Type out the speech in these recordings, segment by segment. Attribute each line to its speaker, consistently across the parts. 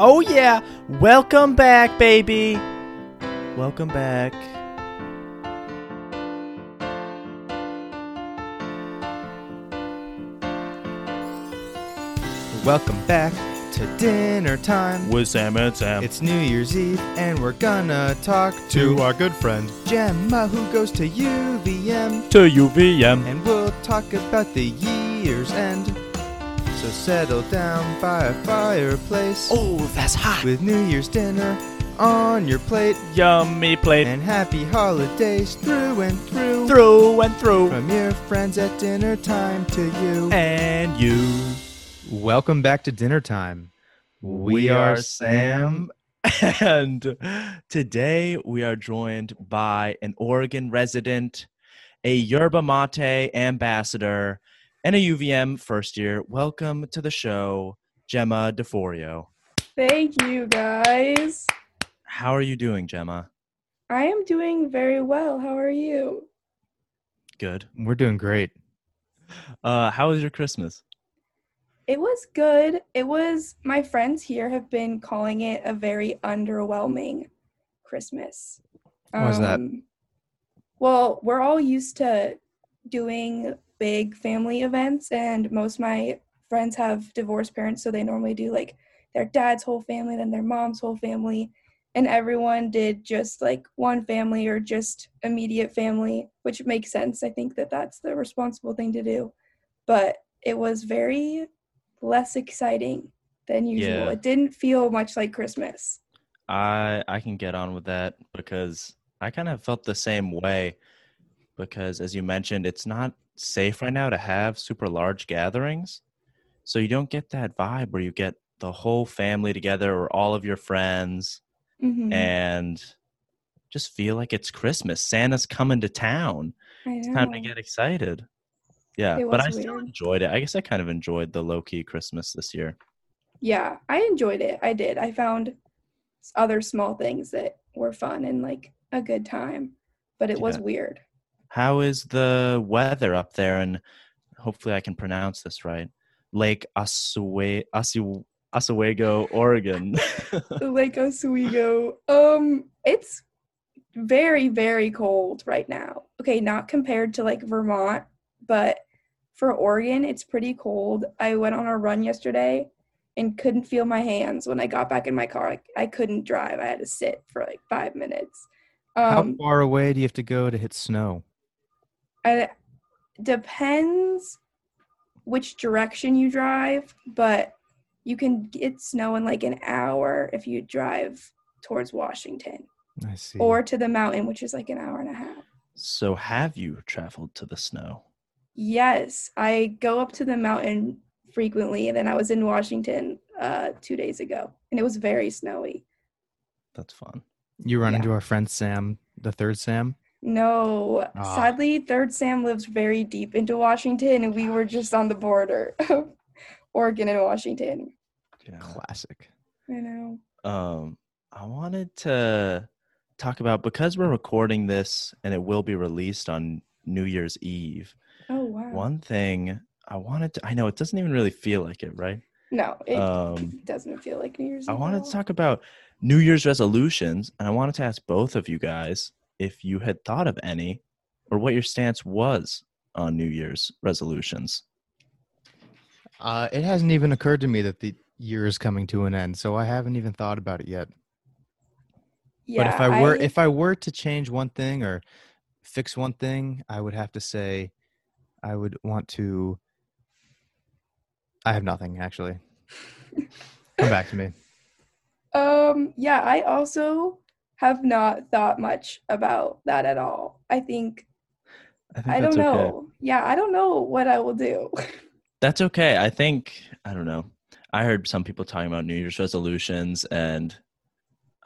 Speaker 1: Oh yeah, welcome back, baby. Welcome back. Welcome back to dinner time.
Speaker 2: with Sam and Sam.
Speaker 1: It's New Year's Eve, and we're gonna talk to
Speaker 2: our good friend
Speaker 1: Gemma, who goes to UVM,
Speaker 2: to UVM.
Speaker 1: and we'll talk about the year's end. So settle down by a fireplace.
Speaker 2: Oh, that's hot.
Speaker 1: with New Year's dinner on your plate
Speaker 2: Yummy plate
Speaker 1: and happy holidays through and through,
Speaker 2: through and through.
Speaker 1: from your friends at dinner time to you.
Speaker 2: And you.
Speaker 1: Welcome back to dinner time. We,
Speaker 2: We
Speaker 1: are
Speaker 2: are
Speaker 1: Sam.
Speaker 2: And today we are joined by an Oregon resident, a Yerba Mate ambassador, and a UVM first year. Welcome to the show, Gemma DeForio.
Speaker 3: Thank you guys.
Speaker 2: How are you doing, Gemma?
Speaker 3: I am doing very well. How are you?
Speaker 2: Good.
Speaker 1: We're doing great.
Speaker 2: Uh, how was your Christmas?
Speaker 3: It was good. It was my friends here have been calling it a very underwhelming Christmas. Um,
Speaker 1: Why is that?
Speaker 3: Well, we're all used to doing big family events and most of my friends have divorced parents so they normally do like their dad's whole family then their mom's whole family and everyone did just like one family or just immediate family which makes sense i think that that's the responsible thing to do but it was very less exciting than usual
Speaker 2: Yeah.
Speaker 3: it didn't feel much like christmas
Speaker 2: I I can get on with that because I kind of felt the same way because as you mentioned it's not safe right now to have super large gatherings. So you don't get that vibe where you get the whole family together or all of your friends
Speaker 3: Mhm.
Speaker 2: and just feel like it's Christmas. Santa's coming to town.
Speaker 3: I
Speaker 2: It's time to
Speaker 3: know.
Speaker 2: get excited. Yeah,
Speaker 3: It
Speaker 2: but
Speaker 3: was
Speaker 2: I still
Speaker 3: weird.
Speaker 2: enjoyed it. I guess I kind of enjoyed the low key Christmas this year.
Speaker 3: yeah i enjoyed it i did i found s- other small things that were fun and like a good time but it was
Speaker 2: Yeah.
Speaker 3: weird
Speaker 2: How is the weather up there? And hopefully I can pronounce this right. Lake Oswe- Oswe- Oswego, Oregon.
Speaker 3: lake oswego um it's very very cold right now okay not compared to like vermont but for oregon it's pretty cold i went on a run yesterday and couldn't feel my hands when i got back in my car like i couldn't drive i had to sit for like five minutes
Speaker 2: Um,
Speaker 3: Um,
Speaker 1: How far away do you have to go to hit snow?
Speaker 3: I depends which direction you drive, but you can get snow in like an hour if you drive towards Washington
Speaker 1: I see.
Speaker 3: or to the mountain, which is like an hour and a half.
Speaker 2: so have you traveled to the snow?
Speaker 3: Yes, I go up to the mountain frequently, and then I was in Washington uh, two days ago, and it was very snowy.
Speaker 2: That's fun.
Speaker 1: you run
Speaker 3: yeah.
Speaker 1: into our friend Sam, the third Sam.
Speaker 3: No,
Speaker 1: Ah.
Speaker 3: sadly, Third Sam lives very deep into Washington, and we were just on the border of Oregon and Washington.
Speaker 2: Yeah.
Speaker 1: Classic.
Speaker 3: I know.
Speaker 2: Um, I wanted to talk about because we're recording this and it will be released on New Year's Eve.
Speaker 3: Oh wow.
Speaker 2: One thing I wanted to, I know it doesn't even really feel like it, right?
Speaker 3: No, it
Speaker 2: Um,
Speaker 3: doesn't feel like New Year's.
Speaker 2: I
Speaker 3: Eve
Speaker 2: wanted
Speaker 3: at
Speaker 2: to
Speaker 3: all.
Speaker 2: talk about New Year's resolutions, and I wanted to ask both of you guys if you had thought of any or what your stance was on New Year's resolutions.
Speaker 1: Uh, it hasn't even occurred to me that the year is coming to an end, so I haven't even thought about it yet.
Speaker 3: Yeah,
Speaker 1: but if I were if I were to change one thing or fix one thing, I would have to say I would want to I have nothing actually. Come back to me.
Speaker 3: um, yeah, I also have not thought much about that at all. I think
Speaker 2: think
Speaker 3: I don't know.
Speaker 2: okay.
Speaker 3: Yeah, I don't know what I will do.
Speaker 2: That's okay. I think I don't know. I heard some people talking about New Year's resolutions and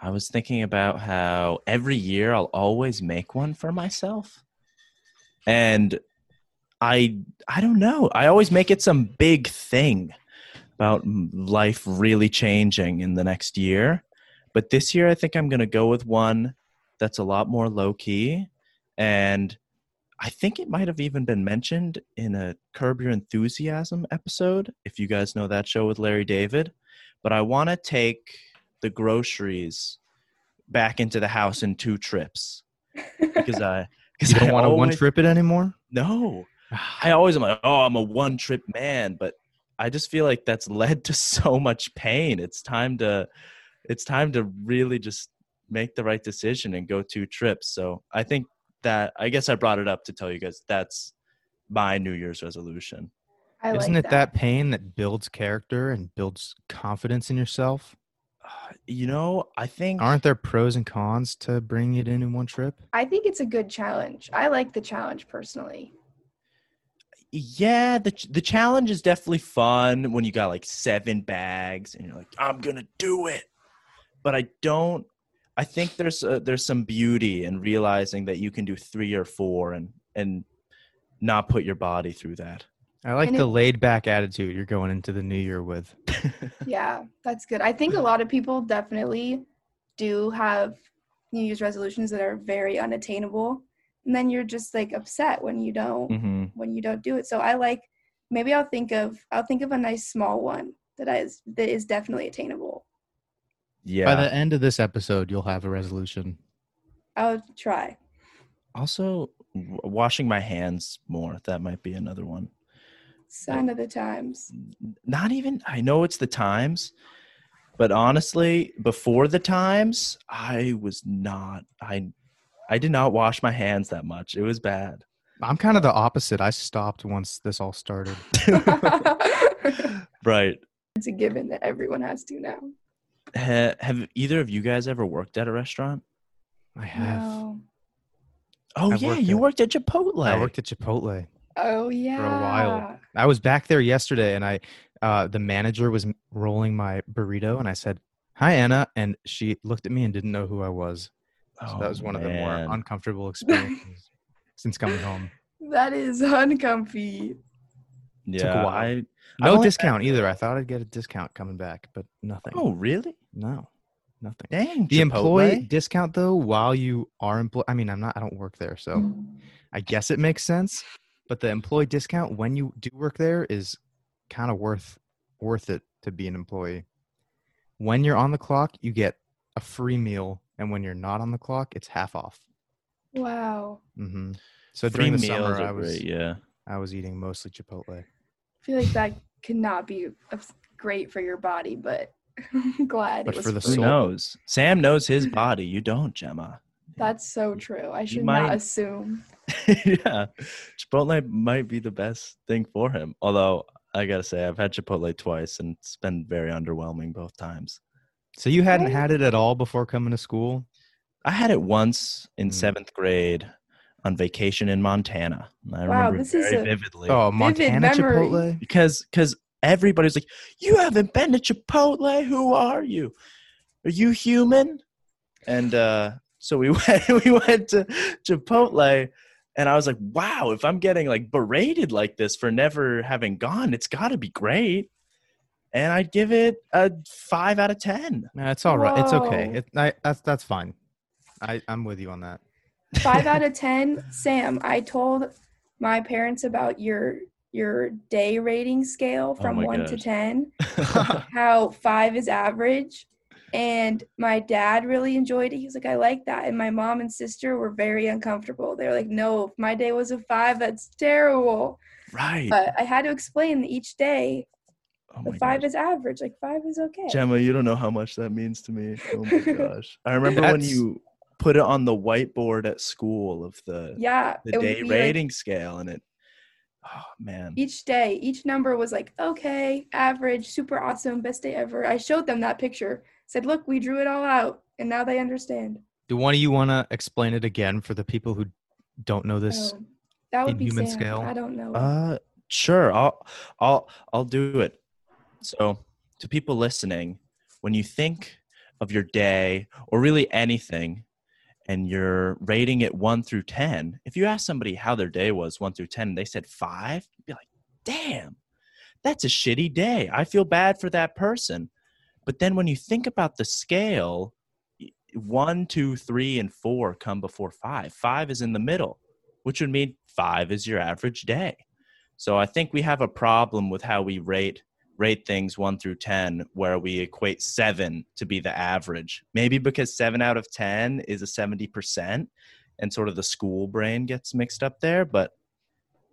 Speaker 2: I was thinking about how every year I'll always make one for myself. And I I don't know. I always make it some big thing about m- life really changing in the next year. But this year I think I'm going to go with one that's a lot more low key and I think it might have even been mentioned in a Curb Your Enthusiasm episode, if you guys know that show with Larry David. but I want to take the groceries back into the house in two trips because I because
Speaker 1: You don't
Speaker 2: I
Speaker 1: want to one
Speaker 2: always-
Speaker 1: trip it anymore?
Speaker 2: No, I always am like, oh, I'm a one trip man, but I just feel like that's led to so much pain. It's time to, it's time to really just make the right decision and go two trips. So I think that I guess I brought it up to tell you guys that's my New Year's resolution.
Speaker 3: I
Speaker 1: Isn't
Speaker 3: like
Speaker 1: it that pain that builds character and builds confidence in yourself?
Speaker 2: Uh, You know, I think
Speaker 1: Aren't there pros and cons to bringing it in in one trip?
Speaker 3: I think it's a good challenge. I like the challenge personally.
Speaker 2: yeah the ch- the challenge is definitely fun when you got like seven bags and you're like I'm gonna do it, but I don't. I think there's a, there's some beauty in realizing that you can do three or four and and not put your body through that.
Speaker 1: I like
Speaker 3: And
Speaker 1: the
Speaker 3: it-
Speaker 1: laid back attitude you're going into the new year with.
Speaker 3: Yeah, that's good. I think a lot of people definitely do have New Year's resolutions that are very unattainable, and then you're just like upset when you don't
Speaker 2: Mm-hmm.
Speaker 3: when you don't do it. So I like maybe I'll think of I'll think of a nice small one that is that is definitely attainable.
Speaker 2: Yeah.
Speaker 1: By the end of this episode, you'll have a resolution.
Speaker 3: I'll try.
Speaker 2: also, w- washing my hands more. That might be another one.
Speaker 3: Sign of the times.
Speaker 2: not even i know it's the times but honestly before the times i was not i i did not wash my hands that much it was bad
Speaker 1: I'm kind of the opposite. I stopped once this all started.
Speaker 3: it's
Speaker 2: right
Speaker 3: a given that everyone has to now.
Speaker 2: ha, have either of you guys ever worked at a restaurant
Speaker 1: I have.
Speaker 3: No.
Speaker 2: oh
Speaker 1: I've
Speaker 2: yeah
Speaker 1: worked
Speaker 2: you
Speaker 1: at-
Speaker 2: worked at chipotle
Speaker 1: I worked at Chipotle.
Speaker 3: Oh yeah.
Speaker 1: while. I was back there yesterday, and I, uh, the manager was m- rolling my burrito, and I said, "Hi, Anna," and she looked at me and didn't know who I was. So that
Speaker 2: Oh,
Speaker 1: was one of the more
Speaker 2: man.
Speaker 1: uncomfortable experiences since coming home.
Speaker 3: That is uncomfy.
Speaker 2: yeah
Speaker 1: took a while.
Speaker 2: I,
Speaker 1: No
Speaker 2: only-
Speaker 1: discount either. I thought I'd get a discount coming back, but nothing.
Speaker 2: oh really
Speaker 1: no, nothing.
Speaker 2: dang
Speaker 1: The employee
Speaker 2: Chipotle?
Speaker 1: discount though, while you are employed. I mean, I'm not. I don't work there, so I guess it makes sense. But the employee discount when you do work there is kind of worth worth it to be an employee. When you're on the clock, you get a free meal, and when you're not on the clock, it's half off.
Speaker 3: Wow.
Speaker 1: hmm So
Speaker 2: Free
Speaker 1: during the
Speaker 2: meals
Speaker 1: summer,
Speaker 2: are
Speaker 1: I was
Speaker 2: great, yeah
Speaker 1: I was eating mostly Chipotle.
Speaker 3: I feel like that could not be of- great for your body, but I'm glad
Speaker 1: But
Speaker 3: it was
Speaker 1: for the
Speaker 2: who
Speaker 1: soul.
Speaker 2: knows sam knows his body you don't gemma
Speaker 3: That's so true. I should
Speaker 2: might-
Speaker 3: not assume.
Speaker 2: yeah, Chipotle might be the best thing for him. Although I gotta say, I've had Chipotle twice, and it's been very underwhelming both times.
Speaker 1: So you hadn't
Speaker 3: Really?
Speaker 1: had it at all before coming to school?
Speaker 2: I had it once in
Speaker 1: Mm.
Speaker 2: seventh grade on vacation in Montana. and I
Speaker 3: Wow,
Speaker 2: remember it
Speaker 3: this is
Speaker 2: very
Speaker 3: a-
Speaker 2: vividly
Speaker 1: Oh,
Speaker 3: Vivid
Speaker 1: Montana
Speaker 3: memory.
Speaker 1: Chipotle.
Speaker 2: because because everybody's like, "You haven't been to Chipotle? Who are you? Are you human?" And uh, so we went we went to Chipotle, and I was like, "Wow, if I'm getting like berated like this for never having gone, it's got to be great." And I'd give it a five out of ten.
Speaker 1: That's all right. It's okay.
Speaker 3: Whoa.
Speaker 1: It, I, that's that's fine. I, I'm with you on that.
Speaker 3: Five out of ten, Sam. I told my parents about your your day rating scale from
Speaker 2: Oh my
Speaker 3: one to
Speaker 2: gosh.
Speaker 3: ten. how five is average. And my dad really enjoyed it. He was like, I like that. And my mom and sister were very uncomfortable. They were like, No, if my day was a five, that's terrible.
Speaker 2: right.
Speaker 3: But I had to explain that each day
Speaker 2: oh
Speaker 3: the
Speaker 2: my
Speaker 3: five
Speaker 2: gosh.
Speaker 3: is average. Like five is okay.
Speaker 2: Gemma, you don't know how much that means to me. Oh my gosh. I remember when
Speaker 1: That's-
Speaker 2: you put it on the whiteboard at school of the
Speaker 3: yeah.
Speaker 2: the
Speaker 3: it would
Speaker 2: day
Speaker 3: be, like,
Speaker 2: rating scale and it oh man
Speaker 3: each day, each number was like, okay, average, super awesome, best day ever. I showed them that picture, said, Look, we drew it all out. And now they understand.
Speaker 1: Do one of you want to explain it again for the people who don't know this?
Speaker 3: So that would be
Speaker 1: Inhuman
Speaker 3: Sam.
Speaker 1: scale.
Speaker 3: I don't know.
Speaker 2: uh sure i'll i'll i'll do it so to people listening when you think of your day or really anything and you're rating it 1 through 10 if you ask somebody how their day was 1 through 10 and they said 5 you'd be like damn that's a shitty day i feel bad for that person but then when you think about the scale y- one two three and four come before five five is in the middle which would mean five is your average day so i think we have a problem with how we rate rate things one through 10, where we equate seven to be the average. Maybe because seven out of 10 is a 70%, and sort of the school brain gets mixed up there. But,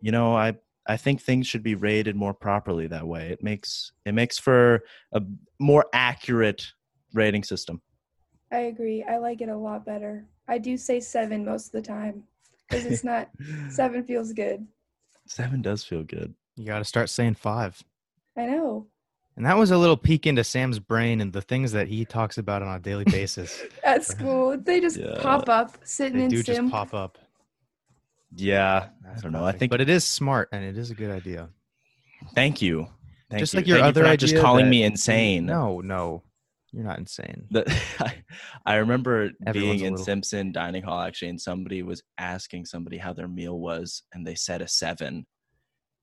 Speaker 2: you know, I, I think things should be rated more properly that way. It makes it makes for a more accurate rating system.
Speaker 3: I agree. I like it a lot better. I do say seven most of the time because it's not seven feels good.
Speaker 2: Seven does feel good.
Speaker 1: You got to start saying five.
Speaker 3: I know.
Speaker 1: And that was a little peek into Sam's brain and the things that he talks about on a daily basis.
Speaker 3: At school, they just
Speaker 2: Yeah.
Speaker 3: pop up sitting
Speaker 1: they
Speaker 3: in
Speaker 1: do
Speaker 3: sim.
Speaker 1: just pop up.
Speaker 2: Yeah, I
Speaker 1: That's
Speaker 2: don't know. I
Speaker 1: perfect.
Speaker 2: think.
Speaker 1: but it is smart and it is a good idea.
Speaker 2: thank you. Thank
Speaker 1: Just
Speaker 2: you.
Speaker 1: like your
Speaker 2: Thank you for
Speaker 1: other
Speaker 2: not just
Speaker 1: idea
Speaker 2: calling
Speaker 1: that-
Speaker 2: me insane.
Speaker 1: No, no, you're not insane.
Speaker 2: The, I, I remember
Speaker 1: Everyone's
Speaker 2: being
Speaker 1: a
Speaker 2: in
Speaker 1: little-
Speaker 2: Simpson dining hall actually, and somebody was asking somebody how their meal was, and they said a seven,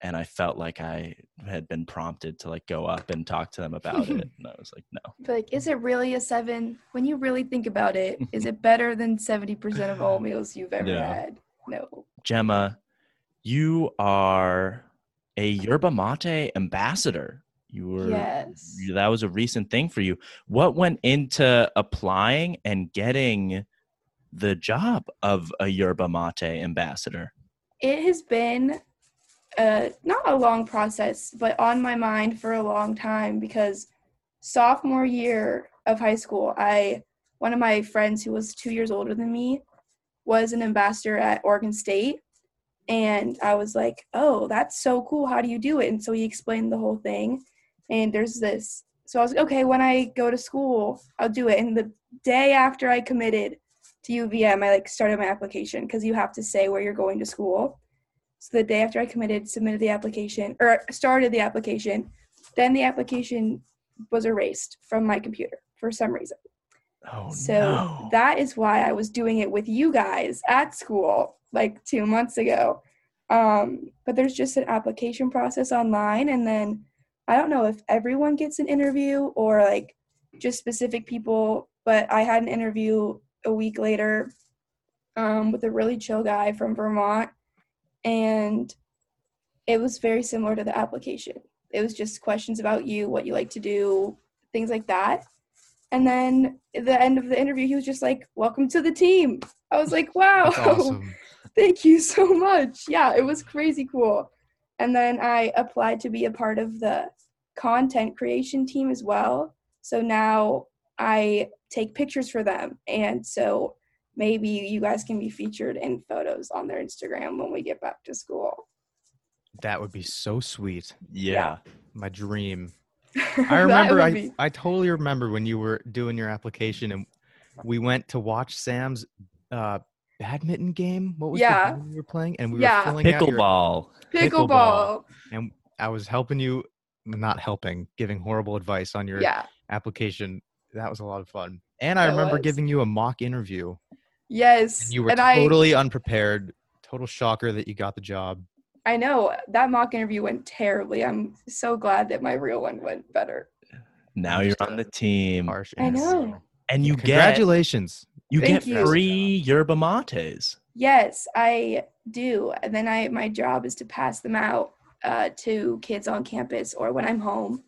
Speaker 2: and I felt like I had been prompted to like go up and talk to them about it, and I was like, no,
Speaker 3: Be like, is it really a seven? When you really think about it, is it better than 70% of all meals you've ever
Speaker 2: Yeah.
Speaker 3: had? No.
Speaker 2: Gemma, you are a yerba mate ambassador. You were
Speaker 3: Yes.
Speaker 2: that was a recent thing for you. What went into applying and getting the job of a yerba mate ambassador?
Speaker 3: It has been uh, not a long process, but on my mind for a long time because sophomore year of high school, I one of my friends who was two years older than me was an ambassador at Oregon State. And I was like, oh, that's so cool. How do you do it? And so he explained the whole thing. And there's this. So I was like, okay, when I go to school, I'll do it. And the day after I committed to UVM, I like started my application because you have to say where you're going to school. So the day after I committed, submitted the application or started the application, then the application was erased from my computer for some reason.
Speaker 2: Oh
Speaker 3: So
Speaker 2: no.
Speaker 3: that is why I was doing it with you guys at school like two months ago. Um, but there's just an application process online, and then I don't know if everyone gets an interview or like just specific people. But I had an interview a week later um, with a really chill guy from Vermont, and it was very similar to the application. It was just questions about you, what you like to do, things like that. And then at the end of the interview, he was just like, Welcome to the team. I was like, Wow,
Speaker 1: That's awesome.
Speaker 3: thank you so much. Yeah, it was crazy cool. And then I applied to be a part of the content creation team as well. So now I take pictures for them. And so maybe you guys can be featured in photos on their Instagram when we get back to school.
Speaker 1: That would be so sweet.
Speaker 2: yeah.
Speaker 1: My dream. I
Speaker 3: That
Speaker 1: remember.
Speaker 3: would
Speaker 1: I,
Speaker 3: be-
Speaker 1: I totally remember when you were doing your application and we went to watch Sam's uh, badminton game. What was
Speaker 3: Yeah.
Speaker 1: the game you were playing? And we
Speaker 3: Yeah.
Speaker 1: were filling out your-
Speaker 2: Pickleball.
Speaker 3: pickleball.
Speaker 1: and I was helping you, not helping, giving horrible advice on your
Speaker 3: Yeah.
Speaker 1: application. That was a lot of fun. And I
Speaker 3: That
Speaker 1: remember
Speaker 3: was.
Speaker 1: giving you a mock interview.
Speaker 3: Yes.
Speaker 1: And you were
Speaker 3: I-
Speaker 1: totally unprepared. Total shocker that you got the job.
Speaker 3: I know that mock interview went terribly. I'm so glad that my real one went better.
Speaker 2: Now you're
Speaker 1: Just
Speaker 2: on
Speaker 1: a
Speaker 2: the team.
Speaker 1: Harsh.
Speaker 3: I
Speaker 1: answer.
Speaker 3: know.
Speaker 2: And you get
Speaker 1: Congratulations.
Speaker 2: you
Speaker 3: Thank
Speaker 2: get
Speaker 3: you.
Speaker 2: free yerba mates.
Speaker 3: Yes, I do. And then I my job is to pass them out uh, to kids on campus or when I'm home,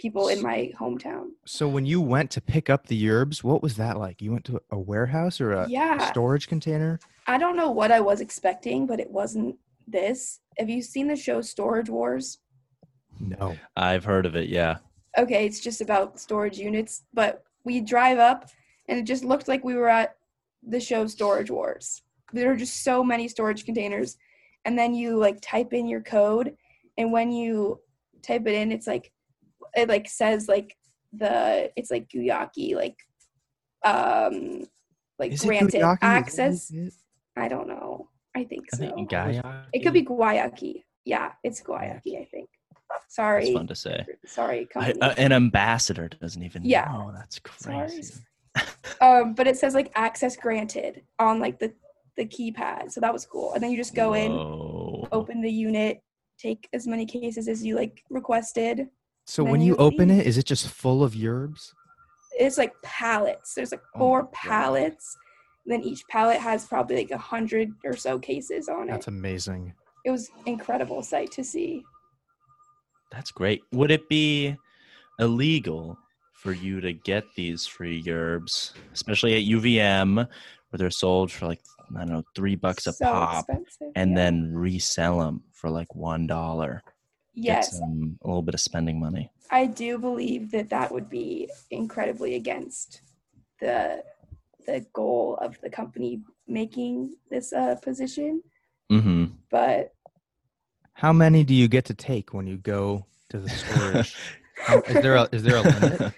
Speaker 3: people in my hometown.
Speaker 1: So when you went to pick up the yerbs, what was that like? You went to a warehouse or a
Speaker 3: yeah,
Speaker 1: storage container?
Speaker 3: I don't know what I was expecting, but it wasn't this. Have you seen the show Storage Wars?
Speaker 1: No.
Speaker 2: I've heard of it, yeah.
Speaker 3: okay, it's just about storage units, but we drive up and it just looked like we were at the show Storage Wars. There are just so many storage containers. And then you like type in your code and when you type it in it's like it like says like the it's like Guyaki, like um like
Speaker 1: Is it
Speaker 3: granted
Speaker 1: Kuyaki? Is that
Speaker 3: access.
Speaker 1: it?
Speaker 3: I don't know. I think
Speaker 2: I
Speaker 3: so.
Speaker 2: think
Speaker 3: it could be Guayaki. Yeah, it's Guayaki, I think. Sorry.
Speaker 2: That's fun to say.
Speaker 3: Sorry,
Speaker 2: I,
Speaker 3: company.
Speaker 2: uh, an ambassador doesn't even
Speaker 3: Yeah.
Speaker 2: know. That's
Speaker 3: Sorry,
Speaker 2: crazy.
Speaker 3: sorry. um, but it says like access granted on like the the keypad so that was cool and then you just go in
Speaker 2: Whoa.
Speaker 3: open the unit take as many cases as you like requested
Speaker 1: So
Speaker 3: Then
Speaker 1: when you
Speaker 3: you
Speaker 1: open
Speaker 3: leave.
Speaker 1: it, is it just full of yerbs?
Speaker 3: it's like pallets there's like
Speaker 1: Oh my
Speaker 3: four
Speaker 1: God.
Speaker 3: pallets and then each pallet has probably like a hundred or so cases on it
Speaker 1: That's amazing.
Speaker 3: it was incredible sight to see
Speaker 2: That's great. Would it be illegal for you to get these free yerbs, especially at UVM, where they're sold for like I don't know three bucks a
Speaker 3: so
Speaker 2: pop,
Speaker 3: expensive.
Speaker 2: and
Speaker 3: yeah.
Speaker 2: then resell them for like one dollar? Get
Speaker 3: yes,
Speaker 2: some, a little bit of spending money.
Speaker 3: I do believe that that would be incredibly against the the goal of the company making this uh, position.
Speaker 2: Mm-hmm.
Speaker 3: But
Speaker 1: How many do you get to take when you go to the storage? How- is there a is there a limit?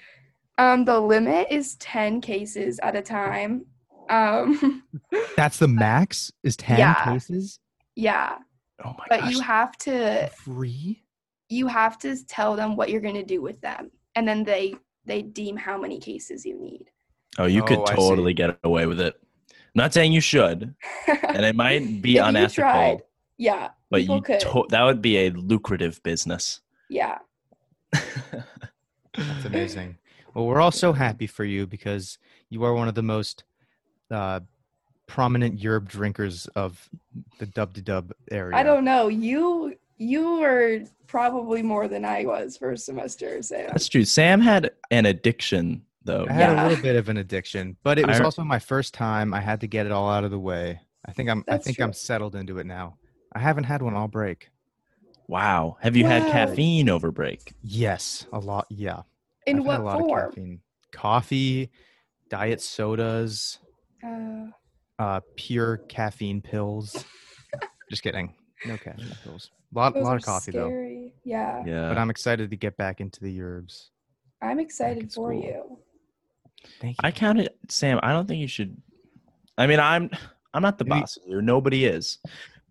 Speaker 3: um, the limit is ten cases at a time. Um,
Speaker 1: That's the max is ten
Speaker 3: Yeah.
Speaker 1: cases
Speaker 3: yeah,
Speaker 2: Oh my
Speaker 3: but
Speaker 2: gosh!
Speaker 3: you have to
Speaker 1: free.
Speaker 3: you have to tell them what you're going to do with them, and then they they deem how many cases you need.
Speaker 2: oh, you
Speaker 1: Oh,
Speaker 2: could
Speaker 1: I see.
Speaker 2: totally get away with it. Not saying you should, and it might be
Speaker 3: If you
Speaker 2: unethical,
Speaker 3: tried, yeah,
Speaker 2: but
Speaker 3: people
Speaker 2: you
Speaker 3: could.
Speaker 2: to- that would be a lucrative business.
Speaker 3: yeah,
Speaker 1: That's amazing. Well, we're all so happy for you because you are one of the most uh, prominent yerb drinkers of the dub to dub area.
Speaker 3: I don't know. You you were probably more than I was first semester, Sam.
Speaker 2: That's true. Sam had an addiction though.
Speaker 1: I had a
Speaker 3: Yeah.
Speaker 1: little bit of an addiction, but it was
Speaker 2: I-
Speaker 1: also my first time. I had to get it all out of the way. I think I'm. I
Speaker 3: That's
Speaker 1: think
Speaker 3: true.
Speaker 1: I'm settled into it now. I haven't had one all break.
Speaker 2: Wow. Have you had
Speaker 3: Wow.
Speaker 2: caffeine over break?
Speaker 1: Yes, a lot. Yeah.
Speaker 3: In
Speaker 1: I've had
Speaker 3: what
Speaker 1: a lot of
Speaker 3: form?
Speaker 1: caffeine. Coffee, diet sodas,
Speaker 3: Uh,
Speaker 1: uh, pure caffeine pills. Just kidding. No caffeine pills. Lot,
Speaker 3: those
Speaker 1: lot
Speaker 3: are
Speaker 1: of coffee though.
Speaker 3: scary. Yeah.
Speaker 2: Yeah.
Speaker 1: But I'm excited to get back into the herbs.
Speaker 3: I'm
Speaker 2: in
Speaker 3: excited
Speaker 2: school.
Speaker 3: for you.
Speaker 1: Thank you.
Speaker 2: I counted Sam, I don't think you should I mean I'm I'm not the
Speaker 1: Maybe-
Speaker 2: boss here. Nobody is.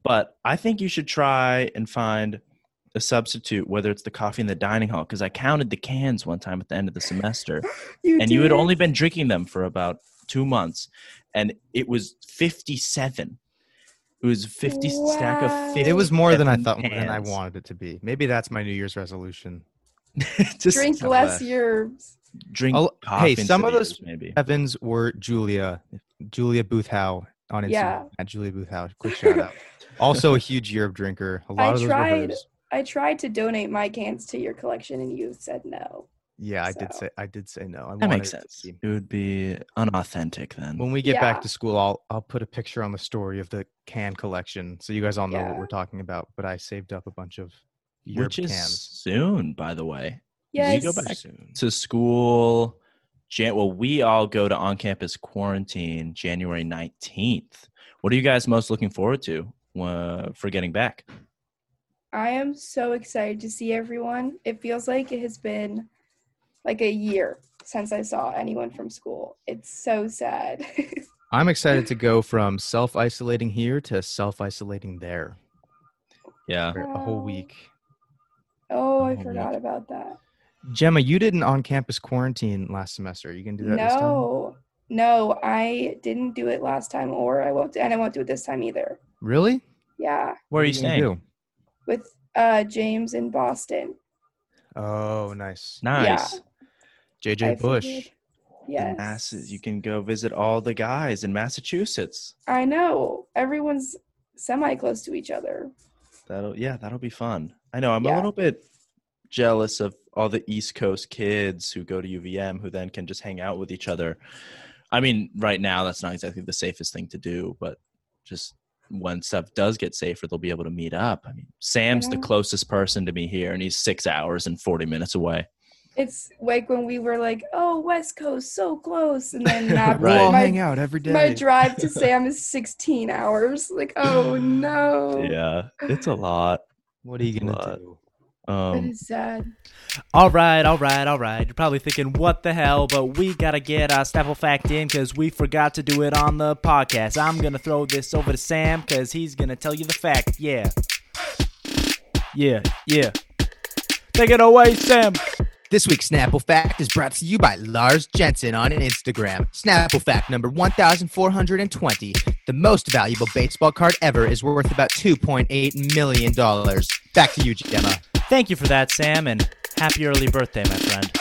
Speaker 2: But I think you should try and find a substitute, whether it's the coffee in the dining hall, because I counted the cans one time at the end of the semester.
Speaker 3: You
Speaker 2: and you had
Speaker 3: did?
Speaker 2: only been drinking them for about two months, and it was fifty-seven. It was fifty stack of
Speaker 3: Wow.
Speaker 2: fifty.
Speaker 1: It was more than I
Speaker 2: Seven
Speaker 1: thought than I
Speaker 2: cans.
Speaker 1: wanted it to be. Maybe that's my New Year's resolution.
Speaker 2: Just
Speaker 3: drink
Speaker 1: have
Speaker 3: less
Speaker 1: less.
Speaker 3: years.
Speaker 2: drink
Speaker 1: I'll-
Speaker 2: coffee.
Speaker 1: hey, some
Speaker 2: instead
Speaker 1: of
Speaker 2: of
Speaker 1: those-
Speaker 2: yours, maybe.
Speaker 1: Evans were Julia, Julia Boothhow on Instagram
Speaker 3: Yeah.
Speaker 1: at Julia Boothhow. Quick shout out. also a huge yerb drinker. A lot
Speaker 3: I
Speaker 1: of those were
Speaker 3: tried-
Speaker 1: hers.
Speaker 3: I tried to donate my cans to your collection and you said no.
Speaker 1: Yeah, I did
Speaker 3: So-
Speaker 1: say I did say no. I
Speaker 2: That
Speaker 1: wanted
Speaker 2: makes
Speaker 1: it to
Speaker 2: sense.
Speaker 1: be-
Speaker 2: It would be unauthentic then.
Speaker 1: When we get back
Speaker 3: Yeah.
Speaker 1: to school, I'll I'll put a picture on the story of the can collection, so you guys all know what
Speaker 3: Yeah.
Speaker 1: we're talking about. But I saved up a bunch of yerb
Speaker 2: Which is
Speaker 1: cans.
Speaker 2: soon, by the way,
Speaker 3: Yes.
Speaker 2: go back
Speaker 1: soon.
Speaker 2: to school. Jan- well, we all go to on-campus quarantine January nineteenth. What are you guys most looking forward to uh, for getting back?
Speaker 3: I am so excited to see everyone. It feels like it has been like a year since I saw anyone from school. It's so sad.
Speaker 1: I'm excited to go from self isolating here to self isolating there
Speaker 2: Yeah.
Speaker 1: for a whole
Speaker 3: Wow.
Speaker 1: week.
Speaker 3: oh,
Speaker 2: Oh,
Speaker 3: I
Speaker 2: yeah.
Speaker 3: forgot about that.
Speaker 1: Gemma, you didn't on campus quarantine last semester. you can do that this time?
Speaker 3: No. No, I didn't do it last time or I won't and I won't do it this time either.
Speaker 1: Really?
Speaker 3: Yeah.
Speaker 2: Where are you
Speaker 1: What gonna
Speaker 2: staying?
Speaker 1: do?
Speaker 3: With uh James in Boston.
Speaker 1: Oh, nice.
Speaker 2: Nice.
Speaker 1: JJ
Speaker 3: I
Speaker 1: Bush.
Speaker 3: figured.
Speaker 2: Yeah.
Speaker 3: Yes.
Speaker 2: you can go visit all the guys in Massachusetts.
Speaker 3: I know. Everyone's semi close to each other.
Speaker 2: That'll yeah, that'll be fun. I know. I'm a
Speaker 3: Yeah.
Speaker 2: little bit jealous of all the East Coast kids who go to UVM who then can just hang out with each other. I mean, right now that's not exactly the safest thing to do, but just when stuff does get safer, they'll be able to meet up. I mean, Sam's the
Speaker 3: Yeah.
Speaker 2: closest person to me here, and he's six hours and forty minutes away.
Speaker 3: It's like when we were like, "Oh, West Coast, so close," and then now
Speaker 2: Right.
Speaker 1: We'll all
Speaker 3: my,
Speaker 1: hang out every day.
Speaker 3: my drive to Sam is 16 hours. Like, oh no,
Speaker 2: Yeah, it's a lot.
Speaker 1: what are you going
Speaker 2: Lot.
Speaker 1: to do?
Speaker 3: that
Speaker 2: Um,
Speaker 3: is sad.
Speaker 4: All right, all right, all right. You're probably thinking, what the hell? But we gotta get our Snaffle fact in because we forgot to do it on the podcast. I'm gonna throw this over to Sam because he's gonna tell you the fact. Yeah. Yeah, yeah. Take it away, Sam.
Speaker 1: This week's Snapple Fact is brought to you by Lars Jensen on Instagram. Snapple Fact number 1420. The most valuable baseball card ever is worth about $2.8 million. Back to you, Gemma.
Speaker 4: Thank you for that, Sam, and happy early birthday, my friend.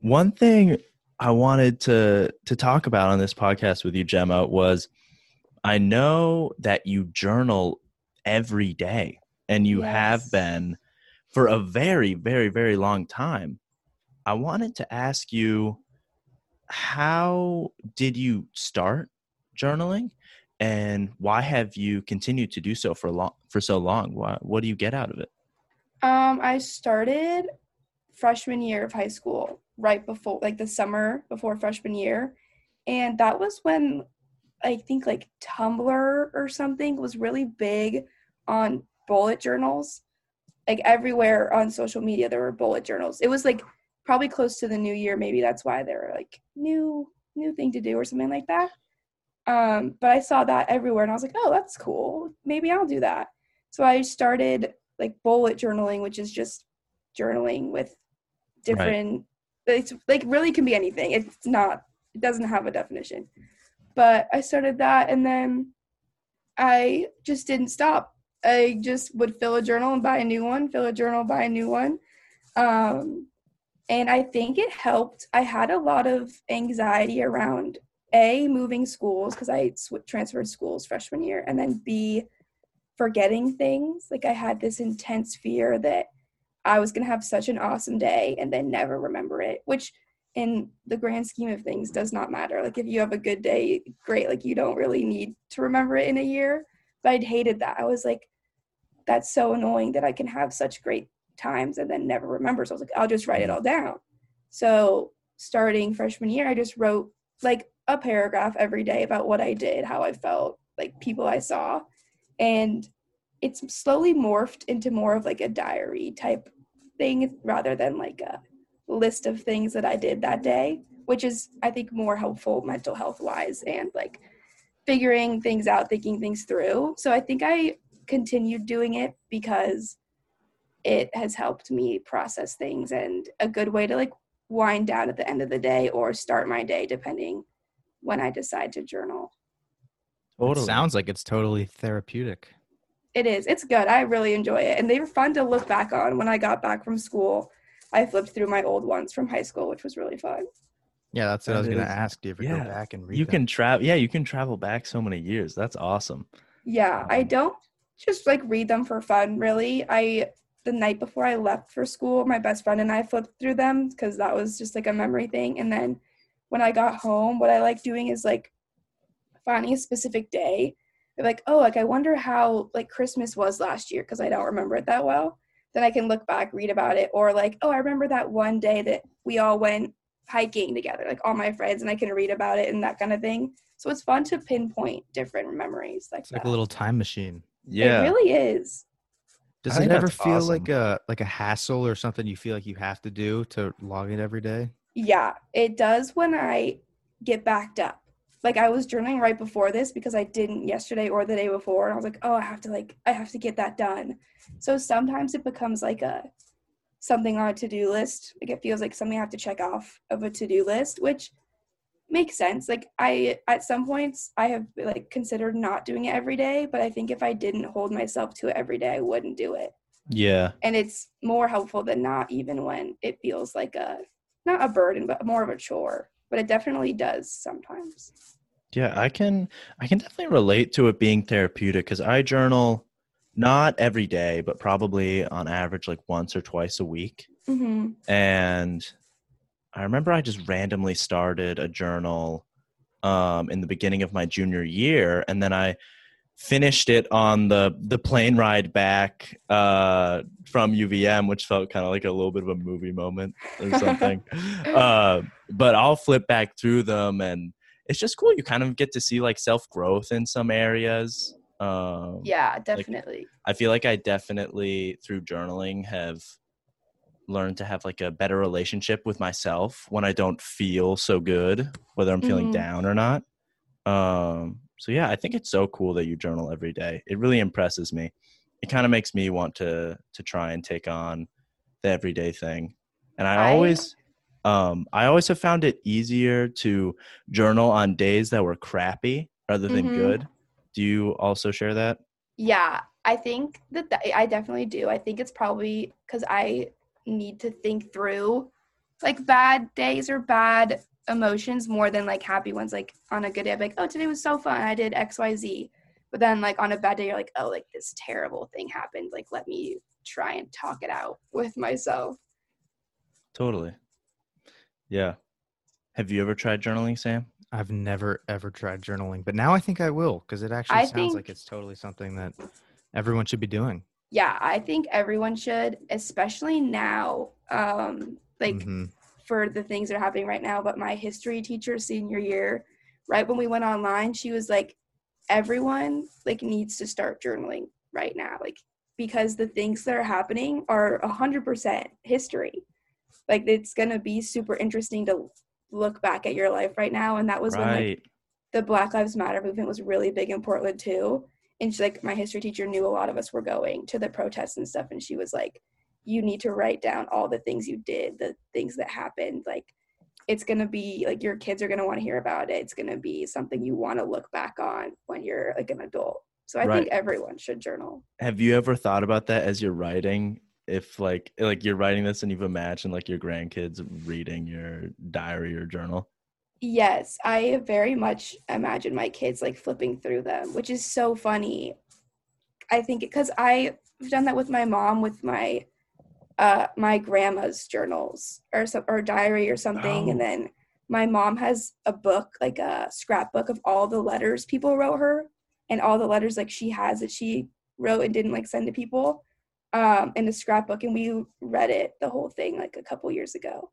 Speaker 2: One thing I wanted to to talk about on this podcast with you, Gemma, was I know that you journal every day and you have
Speaker 3: Yes.
Speaker 2: been for a very very very long time i wanted to ask you how did you start journaling and why have you continued to do so for long for so long why, what do you get out of it
Speaker 3: Um, I started freshman year of high school, right before like the summer before freshman year, and that was when I think like Tumblr or something was really big on bullet journals. Like everywhere on social media, there were bullet journals. It was like probably close to the new year, maybe that's why they were like new new thing to do or something like that. Um, but I saw that everywhere, and I was like, oh, that's cool. Maybe I'll do that. So I started like bullet journaling, which is just journaling with different. It's like really can be anything. It's not. It doesn't have a definition. But I started that, and then I just didn't stop. I just would fill a journal and buy a new one. Fill a journal, buy a new one. Um, and I think it helped. I had a lot of anxiety around a moving schools because I sw- transferred schools freshman year, and then b forgetting things. Like I had this intense fear that I was going to have such an awesome day and then never remember it, which in the grand scheme of things does not matter. Like if you have a good day, great. Like you don't really need to remember it in a year. But I'd hated that. I was like, that's so annoying that I can have such great times and then never remember. So I was like, I'll just write it all down. So starting freshman year, I just wrote like a paragraph every day about what I did, how I felt, like people I saw. And it's slowly morphed into more of like a diary type thing rather than like a list of things that I did that day, which is, I think, more helpful mental health wise and like figuring things out, thinking things through. So I think I continued doing it because it has helped me process things and a good way to like wind down at the end of the day or start my day, depending when I decide to journal.
Speaker 1: It sounds like it's totally therapeutic.
Speaker 3: It is. It's good. I really enjoy it. And they were fun to look back on. When I got back from school, I flipped through my old ones from high school, which was really fun.
Speaker 1: Yeah, that's what I
Speaker 2: That
Speaker 1: was going to
Speaker 2: is-
Speaker 1: ask. Do you ever
Speaker 2: yeah.
Speaker 1: go back and read?
Speaker 2: you
Speaker 1: them?
Speaker 2: can travel yeah you can travel back so many years that's awesome
Speaker 3: Yeah, I
Speaker 2: Um,
Speaker 3: don't just like read them for fun, really. I the night before I left for school, my best friend and I flipped through them because that was just like a memory thing. And then when I got home, what I like doing is like finding a specific day. I'm like, oh, like I wonder how like Christmas was last year because I don't remember it that well. Then I can look back, read about it, or like, oh, I remember that one day that we all went hiking together, like all my friends, and I can read about it and that kind of thing. So it's fun to pinpoint different memories like
Speaker 1: It's like
Speaker 3: that.
Speaker 1: a little time machine.
Speaker 2: yeah
Speaker 3: It really is.
Speaker 1: Does
Speaker 2: I
Speaker 1: it
Speaker 2: think
Speaker 1: ever
Speaker 2: that's
Speaker 1: feel
Speaker 2: awesome.
Speaker 1: like a like a hassle or something you feel like you have to do to log it every day?
Speaker 3: Yeah, it does when I get backed up. Like I was journaling right before this because I didn't yesterday or the day before and I was like, "Oh, I have to like I have to get that done." So sometimes it becomes like a something on a to-do list. Like it feels like something I have to check off of a to-do list, which makes sense. Like I at some points I have like considered not doing it every day, but I think if I didn't hold myself to it every day, I wouldn't do it.
Speaker 2: yeah
Speaker 3: and it's more helpful than not even when it feels like a not a burden but more of a chore but it definitely does sometimes
Speaker 2: Yeah, I can I can definitely relate to it being therapeutic because I journal not every day, but probably on average like once or twice a week.
Speaker 3: mm-hmm.
Speaker 2: And I remember I just randomly started a journal um, in the beginning of my junior year, and then I finished it on the the plane ride back uh, from UVM, which felt kind of like a little bit of a movie moment or something. uh, but I'll flip back through them, and it's just cool. You kind of get to see like self growth in some areas. Um,
Speaker 3: yeah definitely
Speaker 2: I feel like I definitely through journaling have learned to have like a better relationship with myself when I don't feel so good, whether I'm feeling
Speaker 3: Mhm.
Speaker 2: down or not. Um, so yeah, I think it's so cool that you journal every day. It really impresses me. It kind of makes me want to to try and take on the everyday thing. And I,
Speaker 3: I-
Speaker 2: always um I always have found it easier to journal on days that were crappy rather than
Speaker 3: Mhm.
Speaker 2: good. Do you also share that?
Speaker 3: yeah i think that th- i definitely do i think it's probably because i need to think through like bad days or bad emotions more than like happy ones like on a good day i like oh today was so fun i did xyz But then like on a bad day, you're like, oh, like this terrible thing happened. Like let me try and talk it out with myself.
Speaker 2: Totally. Yeah. Have you ever tried journaling, Sam?
Speaker 1: I've never ever tried journaling, but now I think I will because it actually
Speaker 3: I
Speaker 1: sounds
Speaker 3: think-
Speaker 1: like it's totally something that everyone should be doing.
Speaker 3: Yeah, I think everyone should, especially now. Um, like
Speaker 1: Mhm.
Speaker 3: for the things that are happening right now, but my history teacher senior year, right when we went online, she was like, everyone like needs to start journaling right now, like because the things that are happening are a hundred percent history. Like it's gonna be super interesting to look back at your life right now, and that was when like
Speaker 2: Right.
Speaker 3: the Black Lives Matter movement was really big in Portland too. And she like my history teacher knew a lot of us were going to the protests and stuff, and she was like, "You need to write down all the things you did, the things that happened. Like, it's gonna be like your kids are gonna want to hear about it. It's gonna be something you want to look back on when you're like an adult." So I
Speaker 2: Right.
Speaker 3: think everyone should journal.
Speaker 2: Have you ever thought about that as you're writing? If like like you're writing this and you've imagined like your grandkids reading your diary or journal.
Speaker 3: Yes, I very much imagine my kids like flipping through them, which is so funny. I think because I've done that with my mom with my uh my grandma's journals or some or diary or something, and
Speaker 2: Oh.
Speaker 3: then my mom has a book like a scrapbook of all the letters people wrote her and all the letters like she has that she wrote and didn't like send to people um in a scrapbook and we read it the whole thing like a couple years ago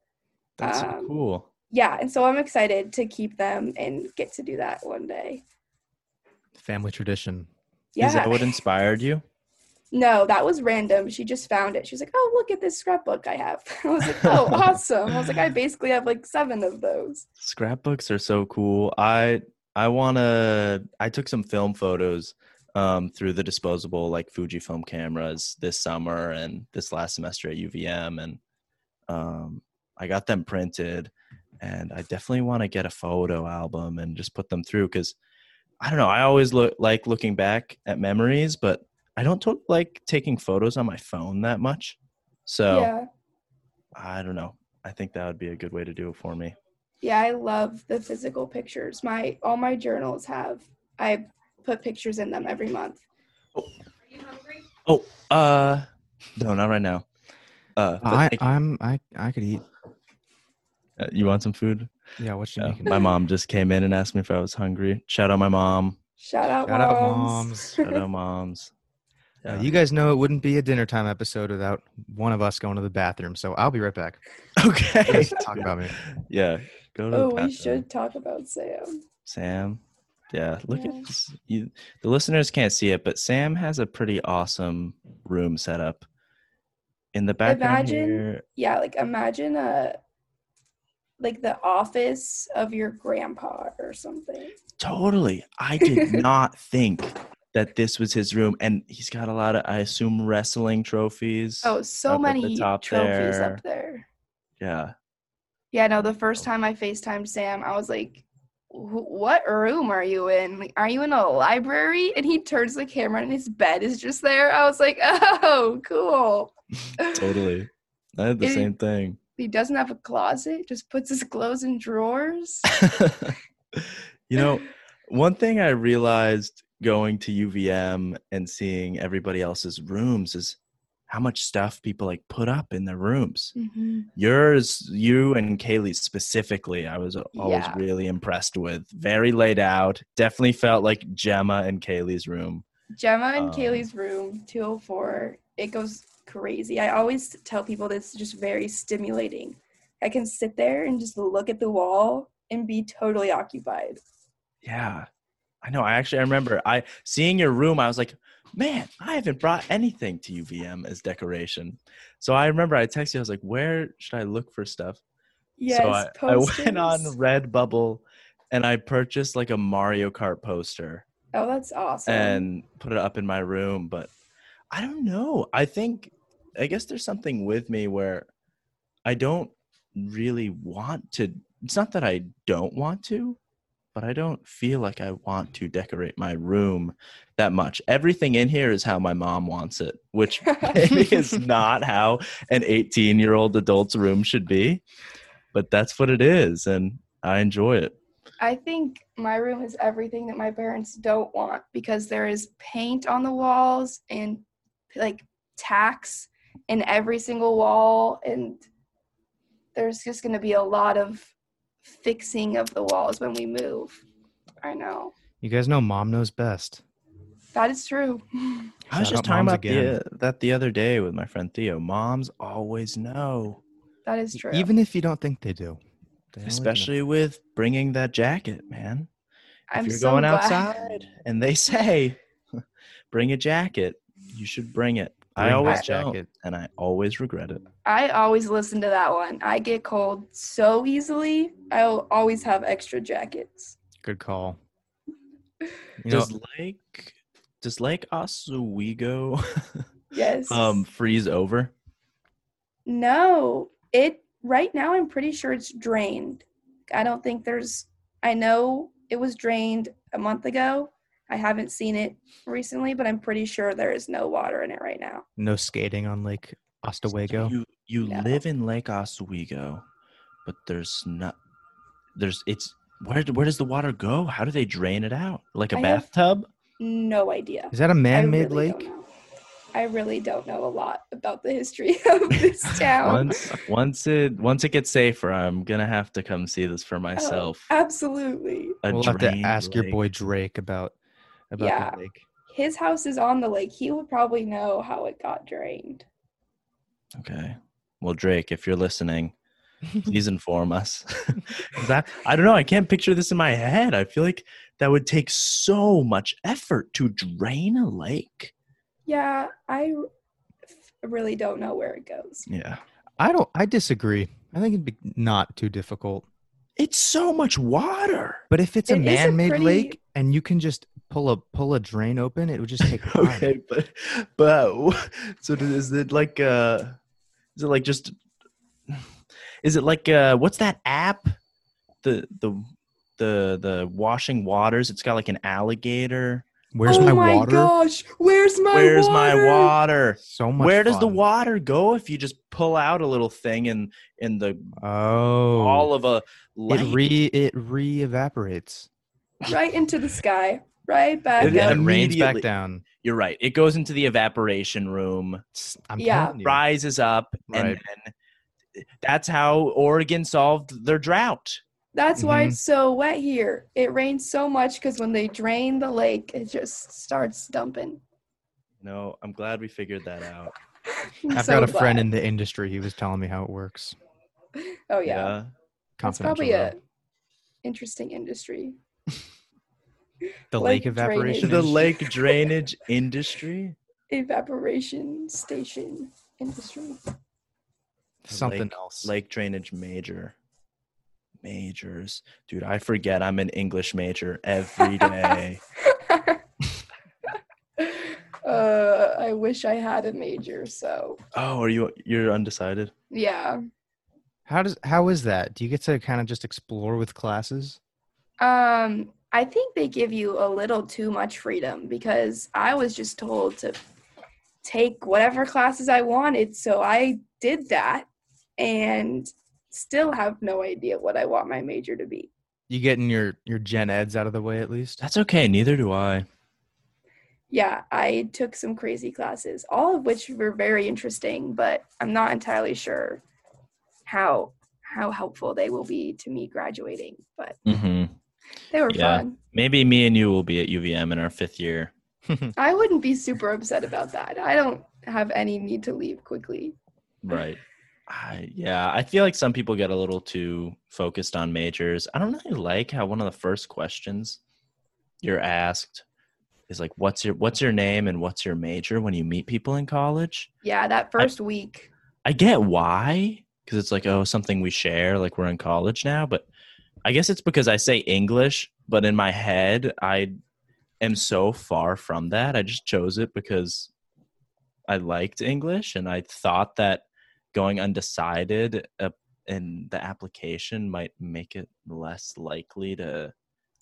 Speaker 2: That's so
Speaker 3: Um,
Speaker 2: cool.
Speaker 3: yeah, and so I'm excited to keep them and get to do that one day.
Speaker 1: Family tradition.
Speaker 3: Yeah.
Speaker 2: Is that what inspired you?
Speaker 3: no, that was random. She just found it. She was like, "Oh, look at this scrapbook I have." I was like, "Oh, awesome!" I was like, "I basically have like seven of those."
Speaker 2: Scrapbooks are so cool. I I wanna I took some film photos um through the disposable like Fujifilm cameras this summer and this last semester at UVM and um I got them printed and I definitely want to get a photo album and just put them through cuz I don't know, I always look like looking back at memories, but I don't to- like taking photos on my phone that much. So,
Speaker 3: Yeah,
Speaker 2: I don't know. I think that would be a good way to do it for me.
Speaker 3: yeah, I love the physical pictures. My all my journals have I put pictures in them every month.
Speaker 2: Uh, no, not right now. Uh, but
Speaker 1: I,
Speaker 2: like,
Speaker 1: I'm I I could eat.
Speaker 2: uh, you want some food?
Speaker 1: Yeah, what's she
Speaker 2: Yeah.
Speaker 1: making?
Speaker 2: My mom just came in and asked me if I was hungry. Shout out my mom.
Speaker 3: Shout out,
Speaker 1: Shout out,
Speaker 3: moms.
Speaker 1: moms.
Speaker 2: Shout out moms.
Speaker 1: Uh,
Speaker 2: Yeah.
Speaker 1: you guys know it wouldn't be a dinner time episode without one of us going to the bathroom, so I'll be right back.
Speaker 2: okay?
Speaker 1: Talk about me.
Speaker 2: Yeah, go to the
Speaker 3: Oh, we
Speaker 2: bathroom.
Speaker 3: should talk about Sam.
Speaker 2: Sam. Yeah, look
Speaker 3: Yeah.
Speaker 2: at this. You, the listeners can't see it, but Sam has a pretty awesome room set up. In the background
Speaker 3: Imagine-
Speaker 2: here,
Speaker 3: yeah like imagine a like the office of your grandpa or something
Speaker 2: Totally. I did not think that this was his room. And he's got a lot of, I assume, wrestling trophies.
Speaker 3: oh so
Speaker 2: Up at the
Speaker 3: many
Speaker 2: top
Speaker 3: trophies
Speaker 2: there. Oh.
Speaker 3: up there
Speaker 2: yeah.
Speaker 3: yeah no the first time i facetimed sam i was like "Wh- what room are you in like, are you in a library and he turns the camera and his bed is just there i was like oh cool
Speaker 2: Totally. I had the
Speaker 3: It-
Speaker 2: same thing.
Speaker 3: he doesn't have a closet just puts his clothes in drawers
Speaker 2: you know, one thing I realized going to UVM and seeing everybody else's rooms is how much stuff people like put up in their rooms.
Speaker 3: Mhm.
Speaker 2: Yours, you and Kaylee specifically, I was always
Speaker 3: Yeah.
Speaker 2: really impressed with. Very laid out. Definitely felt like Gemma and Kaylee's room.
Speaker 3: Gemma and
Speaker 2: Um,
Speaker 3: Kaylee's room, 204. It goes crazy. I always tell people this is just very stimulating. I can sit there and just look at the wall and be totally occupied.
Speaker 2: Yeah. I know. I actually I remember I seeing your room, I was like, man, I haven't brought anything to UVM as decoration. So I remember I texted you, I was like, where should I look for stuff?
Speaker 3: Yes,
Speaker 2: so I, I went on
Speaker 3: posters.
Speaker 2: Redbubble and I purchased like a Mario Kart poster
Speaker 3: Oh, that's awesome.
Speaker 2: and put it up in my room. But I don't know. I think I guess there's something with me where I don't really want to. It's not that I don't want to, but I don't feel like I want to decorate my room that much. Everything in here is how my mom wants it, which maybe is not how an 18 year old adult's room should be, but that's what it is. And I enjoy it.
Speaker 3: I think my room is everything that my parents don't want because there is paint on the walls and like tacks in every single wall and there's just going to be a lot of fixing of the walls when we move. I know.
Speaker 1: You guys know mom knows best.
Speaker 3: That is true.
Speaker 2: I was
Speaker 1: Shout
Speaker 2: just
Speaker 1: out
Speaker 2: talking
Speaker 1: moms
Speaker 2: about
Speaker 1: again.
Speaker 2: the, uh, that the other day with my friend Theo. Moms always know,
Speaker 3: That is true.
Speaker 1: E, Even if you don't think they do. They always know.
Speaker 2: especially with bringing that jacket, man.
Speaker 3: I'm
Speaker 2: if you're
Speaker 3: so
Speaker 2: going
Speaker 3: glad.
Speaker 2: outside and they say, bring a jacket, you should bring it. I
Speaker 1: Bring
Speaker 2: always
Speaker 1: that
Speaker 2: jacket,
Speaker 1: jacket.
Speaker 2: and I always regret it.
Speaker 3: I always listen to that one. I get cold so easily. I'll always have extra jackets.
Speaker 1: Good call. You know,
Speaker 2: does Lake does Lake Oswego
Speaker 3: Yes.
Speaker 2: um freeze over?
Speaker 3: No, it right now I'm pretty sure it's drained. I don't think there's I know it was drained a month ago. I haven't seen it recently, but I'm pretty sure there is no water in it right now.
Speaker 1: no skating on Lake Ostawago.
Speaker 2: You you
Speaker 3: No.
Speaker 2: live in Lake Oswego, but there's not there's it's where where does the water go? How do they drain it out? Like a
Speaker 3: I have-
Speaker 2: bathtub?
Speaker 3: No idea.
Speaker 1: Is that a man-made
Speaker 3: I really don't
Speaker 1: lake?
Speaker 3: know. I really don't know a lot about the history of this town.
Speaker 2: Once once it once it gets safer, I'm gonna have to come see this
Speaker 3: Oh,
Speaker 2: for myself.
Speaker 3: Absolutely.
Speaker 2: A
Speaker 1: We'll have to
Speaker 2: drained
Speaker 1: ask your
Speaker 2: lake.
Speaker 1: boy Drake about about
Speaker 3: Yeah.
Speaker 1: the lake.
Speaker 3: His house is on the lake. He would probably know how it got drained.
Speaker 2: Okay. Well, Drake, if you're listening, please inform us. 'Cause I, I don't know. I can't picture this in my head. I feel like that would take so much effort to drain a lake.
Speaker 3: Yeah, I r- f- really don't know where it goes.
Speaker 2: Yeah.
Speaker 1: I don't. I disagree. I think it'd be not too difficult.
Speaker 2: It's so much water.
Speaker 1: But if it's a
Speaker 3: It is a
Speaker 1: man-made
Speaker 3: pretty-
Speaker 1: lake and you can just pull a pull a drain open, it would just take time.
Speaker 2: Okay, but but so do- is it like uh is it like just is it like uh what's that app the the the the washing waters it's got like an alligator
Speaker 1: Where's
Speaker 3: oh
Speaker 1: my,
Speaker 3: my
Speaker 1: water?
Speaker 3: gosh, where's my
Speaker 2: where's my
Speaker 3: water?
Speaker 2: water
Speaker 1: So much.
Speaker 2: Where does the
Speaker 1: fun.
Speaker 2: water go if you just pull out a little thing and in the
Speaker 1: Oh,
Speaker 2: all of a
Speaker 1: it
Speaker 2: lake?
Speaker 1: re it re evaporates.
Speaker 3: Right into the sky, right back
Speaker 1: It,
Speaker 2: It
Speaker 3: up.
Speaker 2: Yeah.
Speaker 1: rains back
Speaker 2: immediately-
Speaker 1: down.
Speaker 2: You're right. It goes into the evaporation room,
Speaker 1: Tss, I'm
Speaker 3: Yeah.
Speaker 1: telling you.
Speaker 2: rises up, and
Speaker 1: Right.
Speaker 2: then that's how Oregon solved their drought.
Speaker 3: That's why it's
Speaker 1: Mm-hmm.
Speaker 3: so wet here. It rains so much because when they drain the lake, it just starts dumping.
Speaker 2: No, I'm glad we figured that out.
Speaker 3: I'm
Speaker 1: I've
Speaker 3: so
Speaker 1: got a friend
Speaker 3: glad.
Speaker 1: in the industry. He was telling me how it works.
Speaker 3: Oh yeah, that's
Speaker 1: Confidential.
Speaker 3: probably a
Speaker 1: though.
Speaker 3: interesting industry.
Speaker 1: the
Speaker 3: like
Speaker 1: lake
Speaker 3: drainage.
Speaker 1: evaporation.
Speaker 2: The
Speaker 1: is-
Speaker 2: lake drainage industry.
Speaker 3: Evaporation station industry.
Speaker 1: something
Speaker 2: Lake-
Speaker 1: else.
Speaker 2: Lake drainage major. Majors. Dude, I forget I'm an English major every day.
Speaker 3: uh, I wish I had a major. So
Speaker 2: oh, are you you're undecided?
Speaker 3: yeah,
Speaker 1: How does how is that? Do you get to kind of just explore with classes?
Speaker 3: um, I think they give you a little too much freedom because I was just told to take whatever classes I wanted, so I did that, and still have no idea what I want my major to be.
Speaker 1: You getting your your gen eds out of the way at least?
Speaker 2: That's okay. Neither do I.
Speaker 3: Yeah, I took some crazy classes, all of which were very interesting, but I'm not entirely sure how how helpful they will be to me graduating. But
Speaker 2: Mm-hmm.
Speaker 3: they were
Speaker 2: Yeah.
Speaker 3: fun.
Speaker 2: Maybe me and you will be at UVM in our fifth year.
Speaker 3: I wouldn't be super upset about that. I don't have any need to leave quickly.
Speaker 2: Right. I, yeah, I feel like some people get a little too focused on majors. I don't really like how one of the first questions you're asked is like, "What's your What's your name and what's your major?" When you meet people in college,
Speaker 3: Yeah, that first week.
Speaker 2: I get why because it's like, oh, something we share. Like we're in college now, but I guess it's because I say English, but in my head, I am so far from that. I just chose it because I liked English and I thought that going undecided uh, in the application might make it less likely to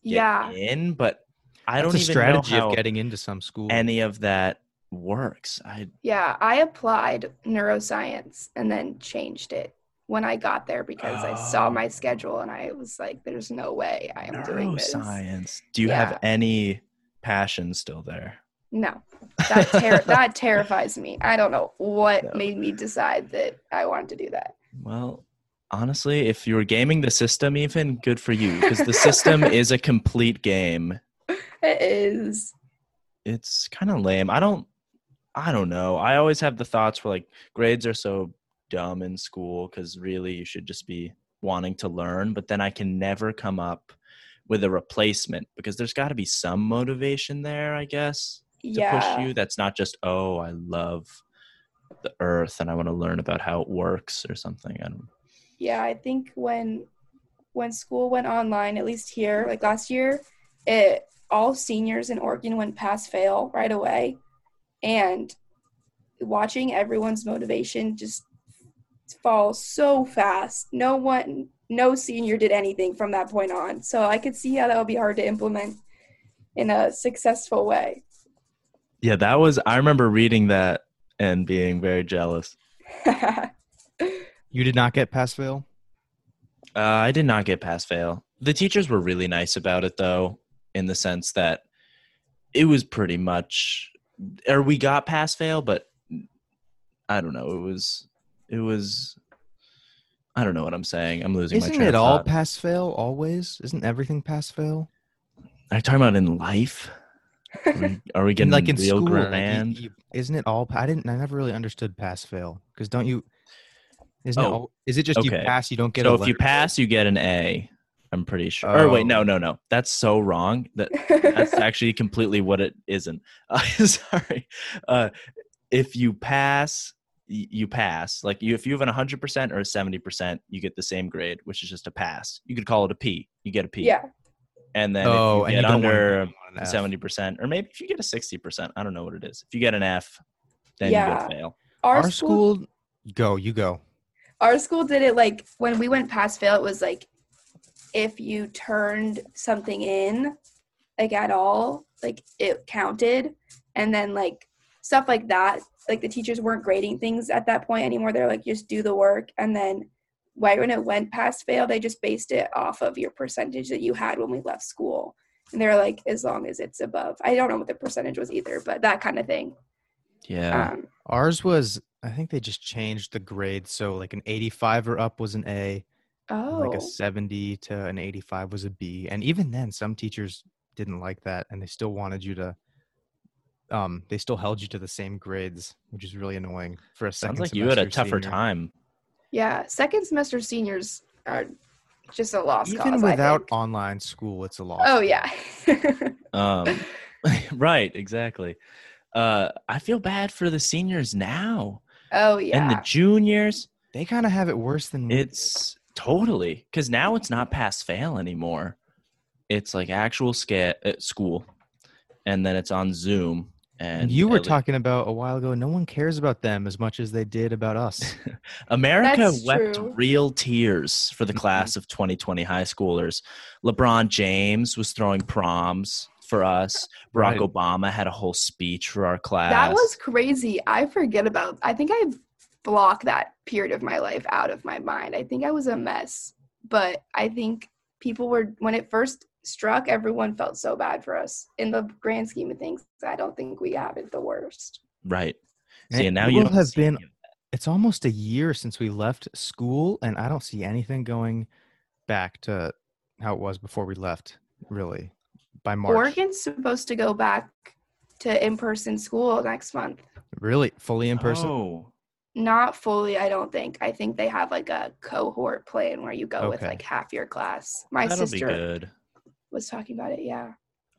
Speaker 2: get
Speaker 3: Yeah.
Speaker 2: in, but I
Speaker 1: That's
Speaker 2: don't
Speaker 1: a
Speaker 2: even
Speaker 1: strategy
Speaker 2: know how
Speaker 1: of getting into some school.
Speaker 2: any of that works. I
Speaker 3: Yeah, I applied neuroscience and then changed it when I got there because I saw
Speaker 2: Oh.
Speaker 3: my schedule and I was like, there's no way I am doing this.
Speaker 2: Neuroscience. Do you have
Speaker 3: Yeah.
Speaker 2: any passion still there?
Speaker 3: No, that, ter- that terrifies me. I don't know what
Speaker 2: No.
Speaker 3: made me decide that I wanted to do that.
Speaker 2: Well, honestly, if you were gaming the system, even good for you because the system is a complete game.
Speaker 3: It is.
Speaker 2: It's kind of lame. I don't. I don't know. I always have the thoughts where like grades are so dumb in school because really you should just be wanting to learn, but then I can never come up with a replacement because there's got to be some motivation there, I guess. to
Speaker 3: Yeah.
Speaker 2: push you that's not just oh i love the earth and i want to learn about how it works or something i don't
Speaker 3: yeah i think when when school went online at least here like last year it all seniors in oregon went pass fail right away and watching everyone's motivation just fall so fast no one no senior did anything from that point on so i could see how that would be hard to implement in a successful way
Speaker 2: yeah that was i remember reading that and being very jealous
Speaker 1: You did not get pass fail.
Speaker 2: uh, i did not get pass fail the teachers were really nice about it though in the sense that it was pretty much or we got pass fail but i don't know it was it was i don't know what i'm saying i'm losing my
Speaker 1: Isn't
Speaker 2: train
Speaker 1: it
Speaker 2: of
Speaker 1: all
Speaker 2: thought.
Speaker 1: pass fail always? Isn't everything pass fail?
Speaker 2: Are you talking about in life? Are we, are we getting
Speaker 1: like in
Speaker 2: real
Speaker 1: school, like, you-
Speaker 2: grand?
Speaker 1: you- isn't it all? pa- I didn't. I never really understood pass fail because don't you? Isn't it
Speaker 2: Oh,
Speaker 1: all, is it just you
Speaker 2: okay.
Speaker 1: pass? You don't get. a
Speaker 2: so if you
Speaker 1: letter?
Speaker 2: pass, you get an A. I'm pretty sure. Or wait, no,
Speaker 1: Oh.
Speaker 2: no, no. That's so wrong. That that's actually completely what it isn't. Uh, sorry. Uh, if you pass, y- you pass. Like you, if you have an 100 percent or a 70 percent, you get the same grade, which is just a pass. You could call it a P. You get a P.
Speaker 3: yeah
Speaker 2: And then
Speaker 1: oh,
Speaker 2: if
Speaker 1: and
Speaker 2: you
Speaker 1: you
Speaker 2: get
Speaker 1: don't wanna-
Speaker 2: under
Speaker 1: you don't want an F.
Speaker 2: seventy percent, or maybe if you get a sixty percent, I don't know what it is. If you get an F, then you
Speaker 3: Yeah.
Speaker 2: get a fail.
Speaker 3: our,
Speaker 1: Our
Speaker 3: school
Speaker 1: school. Go. You go.
Speaker 3: our school did it like when we went pass fail it was like if you turned something in like at all like it counted and then like stuff like that like the teachers weren't grading things at that point anymore they're like just do the work and then right when it went pass fail they just based it off of your percentage that you had when we left school and they're like as long as it's above i don't know what the percentage was either but that kind of thing
Speaker 2: Yeah.
Speaker 1: Ah,
Speaker 3: um,
Speaker 1: Ours was. I think they just changed the grade. So like an 85 or up was an A.
Speaker 3: oh
Speaker 1: like a 70 to an 85 was a B. And even then, some teachers didn't like that and they still wanted you to, um, they still held you to the same grades, which is really annoying for a second.
Speaker 2: Sounds like you had a
Speaker 1: semester
Speaker 2: tougher
Speaker 1: senior.
Speaker 2: time.
Speaker 3: Yeah, second semester seniors are just a lost
Speaker 1: Even
Speaker 3: cause. I
Speaker 1: without
Speaker 3: think.
Speaker 1: online school, it's a loss.
Speaker 3: oh
Speaker 1: for me.
Speaker 3: yeah,
Speaker 2: Um, right, exactly. Uh, I feel bad for the seniors now
Speaker 3: oh
Speaker 2: and the
Speaker 3: yeah.
Speaker 2: juniors.
Speaker 1: They kind of have it worse than we
Speaker 2: It's totally because now it's not pass fail anymore. It's like actual sca- at school, and then it's on Zoom.
Speaker 1: did.
Speaker 2: And
Speaker 1: you were
Speaker 2: at le-
Speaker 1: talking about a while ago. No one cares about them as much as they did about us.
Speaker 2: America
Speaker 3: That's
Speaker 2: wept
Speaker 3: true.
Speaker 2: real tears for the
Speaker 1: Mhm.
Speaker 2: class of 2020 high schoolers. LeBron James was throwing proms for us. Barack
Speaker 1: Right.
Speaker 2: Obama had a whole speech for our class.
Speaker 3: that was crazy. I forget about. I think I blocked that period of my life out of my mind. I think I was a mess, but I think people were when it first struck. Everyone felt so bad for us in the grand scheme of things. I don't think we have it the worst.
Speaker 2: right.
Speaker 1: And
Speaker 2: See, and now
Speaker 1: it
Speaker 2: you
Speaker 1: will
Speaker 2: don't
Speaker 1: have
Speaker 2: see
Speaker 1: been
Speaker 2: any of
Speaker 1: it's almost a year since we left school and i don't see anything going back to how it was before we left really by march
Speaker 3: Oregon's supposed to go back to in-person school next month.
Speaker 1: really fully in
Speaker 2: that.
Speaker 1: person
Speaker 2: Oh,
Speaker 3: Not fully, I don't think. I think they have like a cohort plan where you go with
Speaker 1: Okay.
Speaker 3: like half your class. My
Speaker 2: that'll be
Speaker 3: sister
Speaker 2: good.
Speaker 3: was talking about it. Yeah,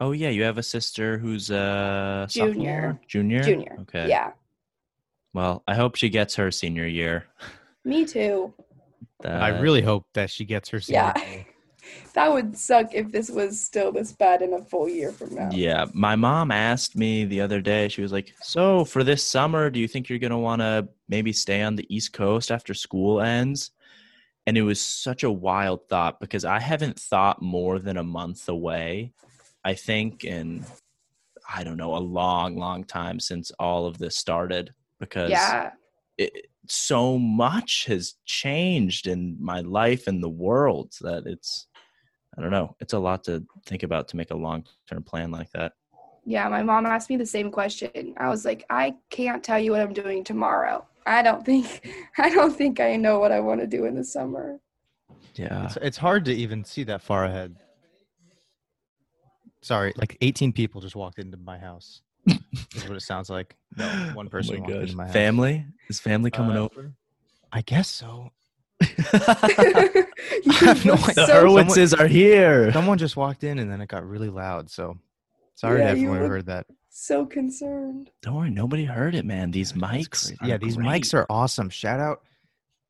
Speaker 2: Oh yeah, you have a sister who's a
Speaker 3: Junior.
Speaker 2: junior,
Speaker 3: junior.
Speaker 2: Okay.
Speaker 3: Yeah,
Speaker 2: Well, I hope she gets her senior year.
Speaker 3: me too.
Speaker 1: i
Speaker 2: That-
Speaker 1: really hope that she gets her senior
Speaker 3: Yeah,
Speaker 1: deal.
Speaker 3: that would suck if this was still this bad in a full year from now.
Speaker 2: Yeah, my mom asked me the other day. She was like, "So for this summer, do you think you're gonna want to maybe stay on the East Coast after school ends?" And it was such a wild thought because I haven't thought more than a month away. I think in I don't know a long, long time since all of this started because
Speaker 3: yeah,
Speaker 2: it, so much has changed in my life and the world that it's I don't know. It's a lot to think about to make a long term plan like that.
Speaker 3: Yeah, my mom asked me the same question. I was like, I can't tell you what I'm doing tomorrow. I don't think I don't think I know what I want to do in the summer.
Speaker 2: Yeah.
Speaker 1: It's, it's hard to even see that far ahead. Sorry, like 18 people just walked into my house. is what it sounds like. No, one person walked into my house.
Speaker 2: Oh Family? Is family coming
Speaker 1: Uh,
Speaker 2: over?
Speaker 1: I guess so.
Speaker 3: You
Speaker 1: have no
Speaker 3: look
Speaker 1: idea.
Speaker 2: The
Speaker 1: so-
Speaker 2: Hurwitzes are here.
Speaker 1: Someone just walked in and then it got really loud. So sorry
Speaker 3: Yeah,
Speaker 1: to
Speaker 3: you
Speaker 1: everyone who
Speaker 3: look-
Speaker 1: heard that.
Speaker 3: so concerned.
Speaker 2: Don't worry, nobody heard it, man. These
Speaker 1: That's
Speaker 2: mics.
Speaker 1: crazy. Yeah, these mics are awesome. Shout out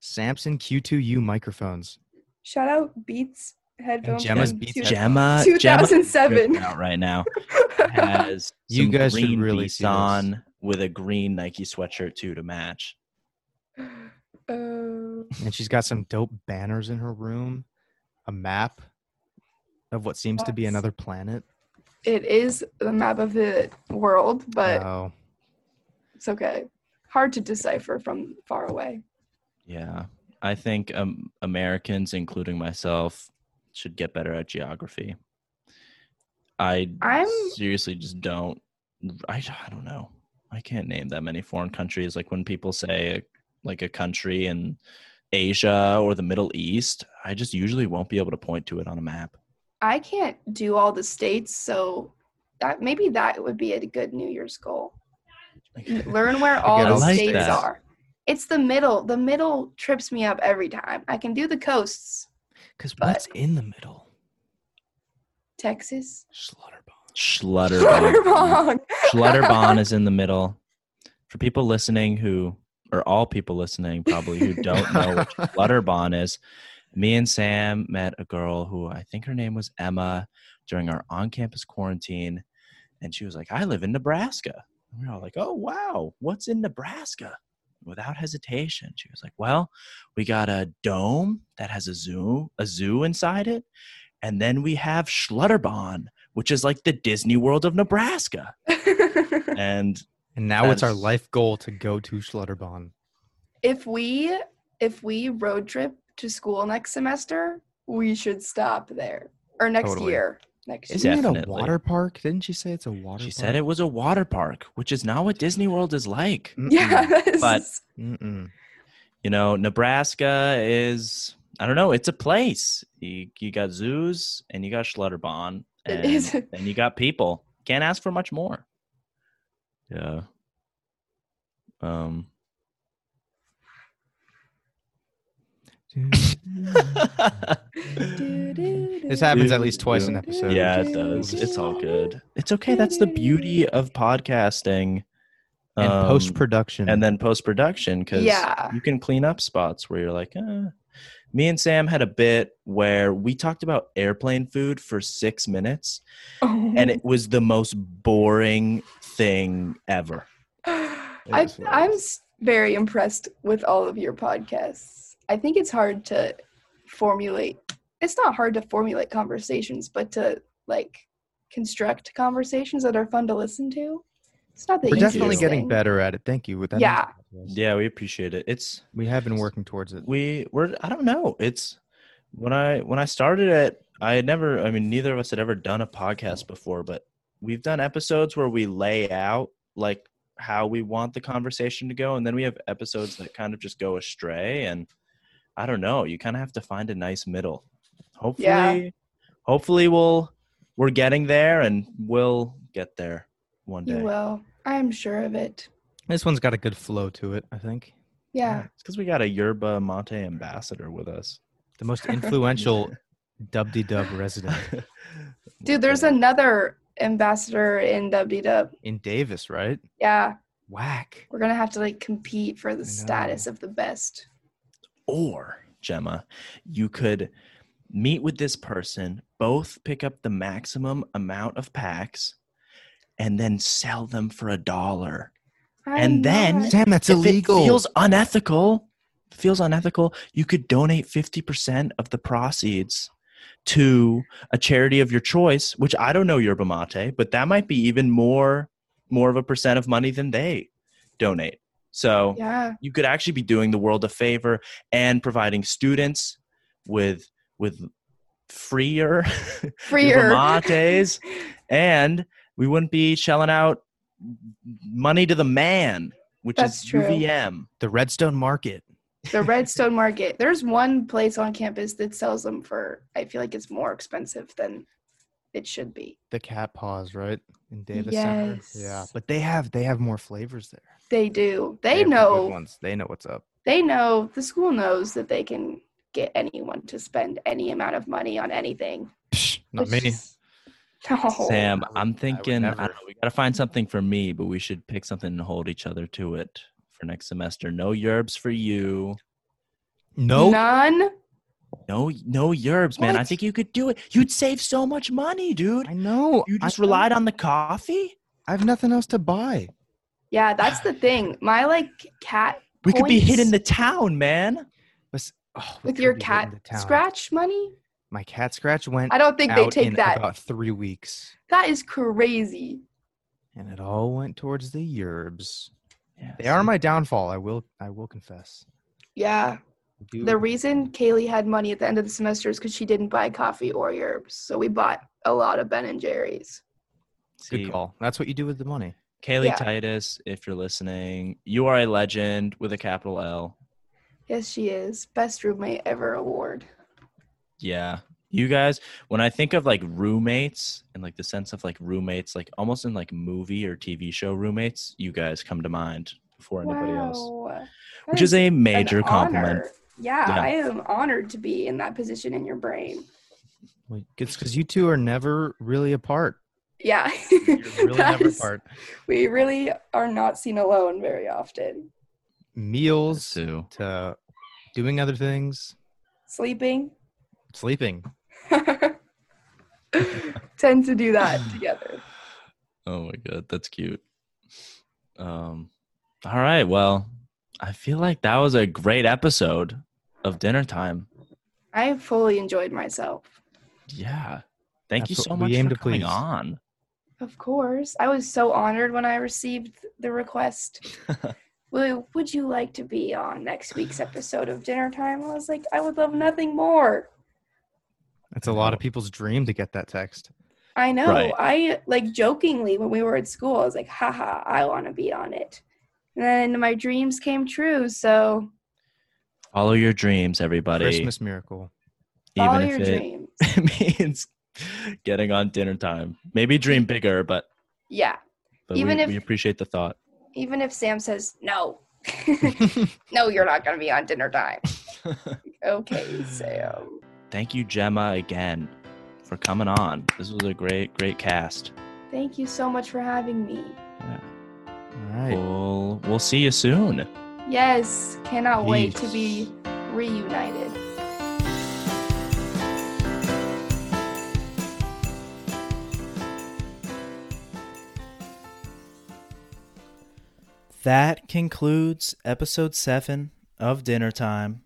Speaker 1: Samson Q2U microphones.
Speaker 3: Shout out Beats headphones.
Speaker 1: Gemma's
Speaker 3: from
Speaker 1: Beats
Speaker 3: two-
Speaker 1: headphones.
Speaker 2: Uh, Gemma. Gemma
Speaker 3: 2007.
Speaker 2: tripping out right now. Has
Speaker 1: You
Speaker 2: some
Speaker 1: guys should
Speaker 2: green
Speaker 1: really
Speaker 2: Beats
Speaker 1: see this.
Speaker 2: on with a green Nike sweatshirt too to match.
Speaker 3: Oh,
Speaker 1: And she's got some dope banners in her room, a map of what seems to be
Speaker 3: Nice.
Speaker 1: another planet.
Speaker 3: it is the map of the world, but
Speaker 1: Oh,
Speaker 3: it's okay. Hard to decipher from far away.
Speaker 2: Yeah, I think um, Americans, including myself, should get better at geography. I
Speaker 3: I'm-
Speaker 2: seriously just don't. I, I don't know. I can't name that many foreign countries. Like when people say like a country in Asia or the Middle East, I just usually won't be able to point to it on a map.
Speaker 3: I can't do all the states, so that maybe that would be a good New Year's goal. Learn where all
Speaker 1: Forget
Speaker 3: the
Speaker 1: all the
Speaker 3: states
Speaker 2: states.
Speaker 3: are. It's the middle. The middle trips me up every time. I can do the coasts,
Speaker 1: because
Speaker 3: But-
Speaker 1: what's in the middle?
Speaker 3: Texas,
Speaker 1: Schlutterbahn.
Speaker 2: Schlutterbahn.
Speaker 3: Schlitterbahn.
Speaker 2: Schlutterbahn is in the middle. For people listening who, or all people listening probably who don't know what Schlutterbahn is, me and Sam met a girl who I think her name was Emma during our on campus quarantine. And she was like, I live in Nebraska. And we were all like, oh, wow, what's in Nebraska? Without hesitation, she was like, well, we got a dome that has a zoo, a zoo inside it. And then we have Schlutterbahn, which is like the Disney World of Nebraska. And
Speaker 1: And now it's our
Speaker 2: That's-
Speaker 1: life goal to go to Schlutterbahn.
Speaker 3: if we if we road trip to school next semester, we should stop there or next
Speaker 1: Totally.
Speaker 3: year. Next
Speaker 2: Is
Speaker 3: year.
Speaker 1: Isn't it a
Speaker 2: Definitely.
Speaker 1: water park? Didn't she say it's a water
Speaker 2: She
Speaker 1: park?
Speaker 2: said it was a water park, which is not what Disney World is like.
Speaker 1: Mm-mm,
Speaker 3: Yeah, this
Speaker 2: But-
Speaker 3: is-
Speaker 1: mm-mm.
Speaker 2: You know, Nebraska is I don't know, it's a place. You you got zoos and you got Schlutterbahn
Speaker 3: It
Speaker 2: and,
Speaker 3: is.
Speaker 2: and you got people. Can't ask for much more. Yeah. Um
Speaker 1: This happens at
Speaker 2: Dude,
Speaker 1: least twice an
Speaker 2: yeah.
Speaker 1: episode.
Speaker 2: Yeah, it does. It's all good. It's okay. That's the beauty of podcasting.
Speaker 1: And
Speaker 2: um,
Speaker 1: post production.
Speaker 2: and then post production because
Speaker 3: Yeah.
Speaker 2: you can clean up spots where you're like, eh. me and Sam had a bit where we talked about airplane food for six minutes,
Speaker 3: Oh.
Speaker 2: and it was the most boring thing ever.
Speaker 3: I,
Speaker 1: is what it
Speaker 3: I'm s- very impressed with all of your podcasts. I think it's hard to formulate. It's not hard to formulate conversations, but to like construct conversations that are fun to listen to. It's not that
Speaker 1: We're
Speaker 2: Thank
Speaker 1: definitely
Speaker 2: you.
Speaker 1: getting better at it. Thank you. That means
Speaker 3: Yeah.
Speaker 1: a lot to us.
Speaker 2: Yeah, we appreciate it. It's
Speaker 1: We have been working towards it.
Speaker 2: we were I don't know. It's when I when I started it, I had never. I mean, neither of us had ever done a podcast before, but we've done episodes where we lay out like how we want the conversation to go, and then we have episodes that kind of just go astray. And I don't know. You kind of have to find a nice middle. Hopefully, hopefully we'll we're getting there, and we'll get there one day.
Speaker 3: You will. I am sure of it.
Speaker 1: This one's got a good flow to it, I think.
Speaker 3: Yeah.
Speaker 2: It's because we got a Yerba Mate ambassador with us.
Speaker 1: The most influential dub de dub resident
Speaker 3: Dude, there's another ambassador in WW.
Speaker 1: in Davis, right?
Speaker 3: Yeah.
Speaker 1: Whack.
Speaker 3: We're going to have to like compete for the status of the best.
Speaker 2: Or, Gemma, you could meet with this person, both pick up the maximum amount of packs, and then sell them for a dollar. And
Speaker 3: I'm
Speaker 2: then-
Speaker 3: not-
Speaker 1: Sam, that's
Speaker 2: If
Speaker 1: illegal.
Speaker 2: It feels unethical. Feels unethical. You could donate 50% of the proceeds to a charity of your choice, which I don't know yerba mate, but that might be even more more of a percent of money than they donate. So
Speaker 3: Yeah.
Speaker 2: you could actually be doing the world a favor and providing students with with freer
Speaker 3: For your
Speaker 2: lattes and we wouldn't be shelling out money to the man which is
Speaker 3: That's true.
Speaker 2: UVM.
Speaker 1: The Redstone Market.
Speaker 3: the Redstone Market. There's one place on campus that sells them for I feel like it's more expensive than it should be.
Speaker 1: The cat paws, right? In Davis Center. Yeah.
Speaker 3: Yes.
Speaker 1: But they have they have more flavors there.
Speaker 3: They do.
Speaker 1: have
Speaker 3: They
Speaker 1: the good
Speaker 3: know
Speaker 1: ones. They know what's up.
Speaker 3: they know the school knows that they can get anyone to spend any amount of money on anything.
Speaker 1: Psh, not
Speaker 3: which
Speaker 1: me.
Speaker 3: is- No.
Speaker 2: Sam,
Speaker 1: I would- I
Speaker 2: I'm
Speaker 1: would
Speaker 2: thinking I
Speaker 1: never.
Speaker 2: don't know, we got to find something for me, but we should pick something and hold each other to it for next semester. No yerbs for you.
Speaker 1: No.
Speaker 3: None.
Speaker 2: No, no yerbs, man. I
Speaker 1: What?
Speaker 2: think you could do it. You'd save so much money, dude.
Speaker 1: I know.
Speaker 2: You
Speaker 1: I
Speaker 2: just
Speaker 1: know.
Speaker 2: relied on the coffee.
Speaker 1: I have nothing else to buy.
Speaker 3: Yeah, that's the thing. My like cat
Speaker 2: We could be hitting
Speaker 3: Points.
Speaker 2: the town, man.
Speaker 1: Let's- oh, we
Speaker 3: with
Speaker 1: could
Speaker 3: your
Speaker 1: be hitting
Speaker 3: cat
Speaker 1: the town.
Speaker 3: scratch money.
Speaker 1: My cat scratch went.
Speaker 3: I don't think
Speaker 1: out
Speaker 3: they take
Speaker 1: in
Speaker 3: that.
Speaker 1: about three weeks,
Speaker 3: That is crazy.
Speaker 1: and it all went towards the yerbs.
Speaker 2: Yeah,
Speaker 1: They are
Speaker 2: so-
Speaker 1: my downfall. I will. I will confess.
Speaker 3: Yeah.
Speaker 1: I do-
Speaker 3: The reason Kaylee had money at the end of the semester is because she didn't buy coffee or yerbs. So we bought a lot of Ben and Jerry's.
Speaker 2: See,
Speaker 1: good call. That's what you do with the money.
Speaker 2: Kaylee
Speaker 3: Yeah.
Speaker 2: Titus, if you're listening, you are a legend with a capital L.
Speaker 3: Yes, she is. Best roommate ever award.
Speaker 2: Yeah. You guys, when I think of like roommates and like the sense of like roommates, like almost in like movie or TV show roommates, you guys come to mind before anybody else,
Speaker 3: Wow. That
Speaker 2: which is a
Speaker 3: an
Speaker 2: major compliment.
Speaker 3: honor. Yeah,
Speaker 2: Yeah.
Speaker 3: I am honored to be in that position in your brain.
Speaker 1: Well, It's because you two are never really apart.
Speaker 3: Yeah.
Speaker 1: You're really
Speaker 3: That
Speaker 1: never
Speaker 3: is-
Speaker 1: apart.
Speaker 3: we really are not seen alone very often.
Speaker 1: Meals
Speaker 2: Sue.
Speaker 1: to doing other things,
Speaker 3: Sleeping.
Speaker 1: sleeping.
Speaker 3: Tend to do that together.
Speaker 2: Oh my god, that's cute. Um, all right. Well, I feel like that was a great episode of Dinner Time.
Speaker 3: I fully enjoyed myself.
Speaker 2: Yeah. Thank
Speaker 1: That's
Speaker 2: you so
Speaker 1: what we
Speaker 2: much
Speaker 1: aim
Speaker 2: for
Speaker 1: to
Speaker 2: coming
Speaker 1: please.
Speaker 2: on.
Speaker 3: Of course. I was so honored when I received the request. well, would you like to be on next week's episode of Dinner Time? I was like, I would love nothing more.
Speaker 1: It's a lot of people's dream to get that text.
Speaker 3: I know.
Speaker 2: Right.
Speaker 3: I like jokingly when we were at school, I was like, haha, I want to be on it. And then my dreams came true. So
Speaker 2: Follow your dreams, everybody.
Speaker 1: Christmas miracle.
Speaker 3: follow
Speaker 2: even if
Speaker 3: your
Speaker 2: it
Speaker 3: dreams.
Speaker 2: means getting on dinner time. Maybe dream bigger, but,
Speaker 3: Yeah.
Speaker 2: but
Speaker 3: Even
Speaker 2: we,
Speaker 3: if-
Speaker 2: we appreciate the thought.
Speaker 3: Even if Sam says, no, no, you're not going to be on Dinner Time. okay, Sam.
Speaker 2: Thank you, Gemma, again for coming on. This was a great, great cast.
Speaker 3: Thank you so much for having me.
Speaker 1: All right.
Speaker 2: We'll, we'll see you soon.
Speaker 3: Yes, cannot wait to
Speaker 1: Peace.
Speaker 3: be reunited.
Speaker 5: That concludes episode seven of Dinner Time.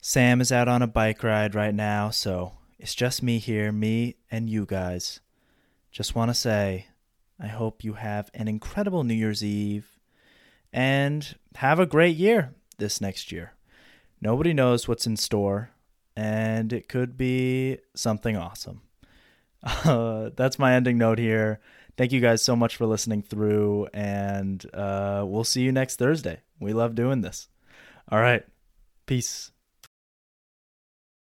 Speaker 5: Sam is out on a bike ride right now, so it's just me here, me and you guys. Just want to say, I hope you have an incredible New Year's Eve and have a great year this next year. Nobody knows what's in store, and it could be something awesome. Uh, that's my ending note here. Thank you guys so much for listening through, and uh, we'll see you next Thursday. We love doing this. All right. Peace.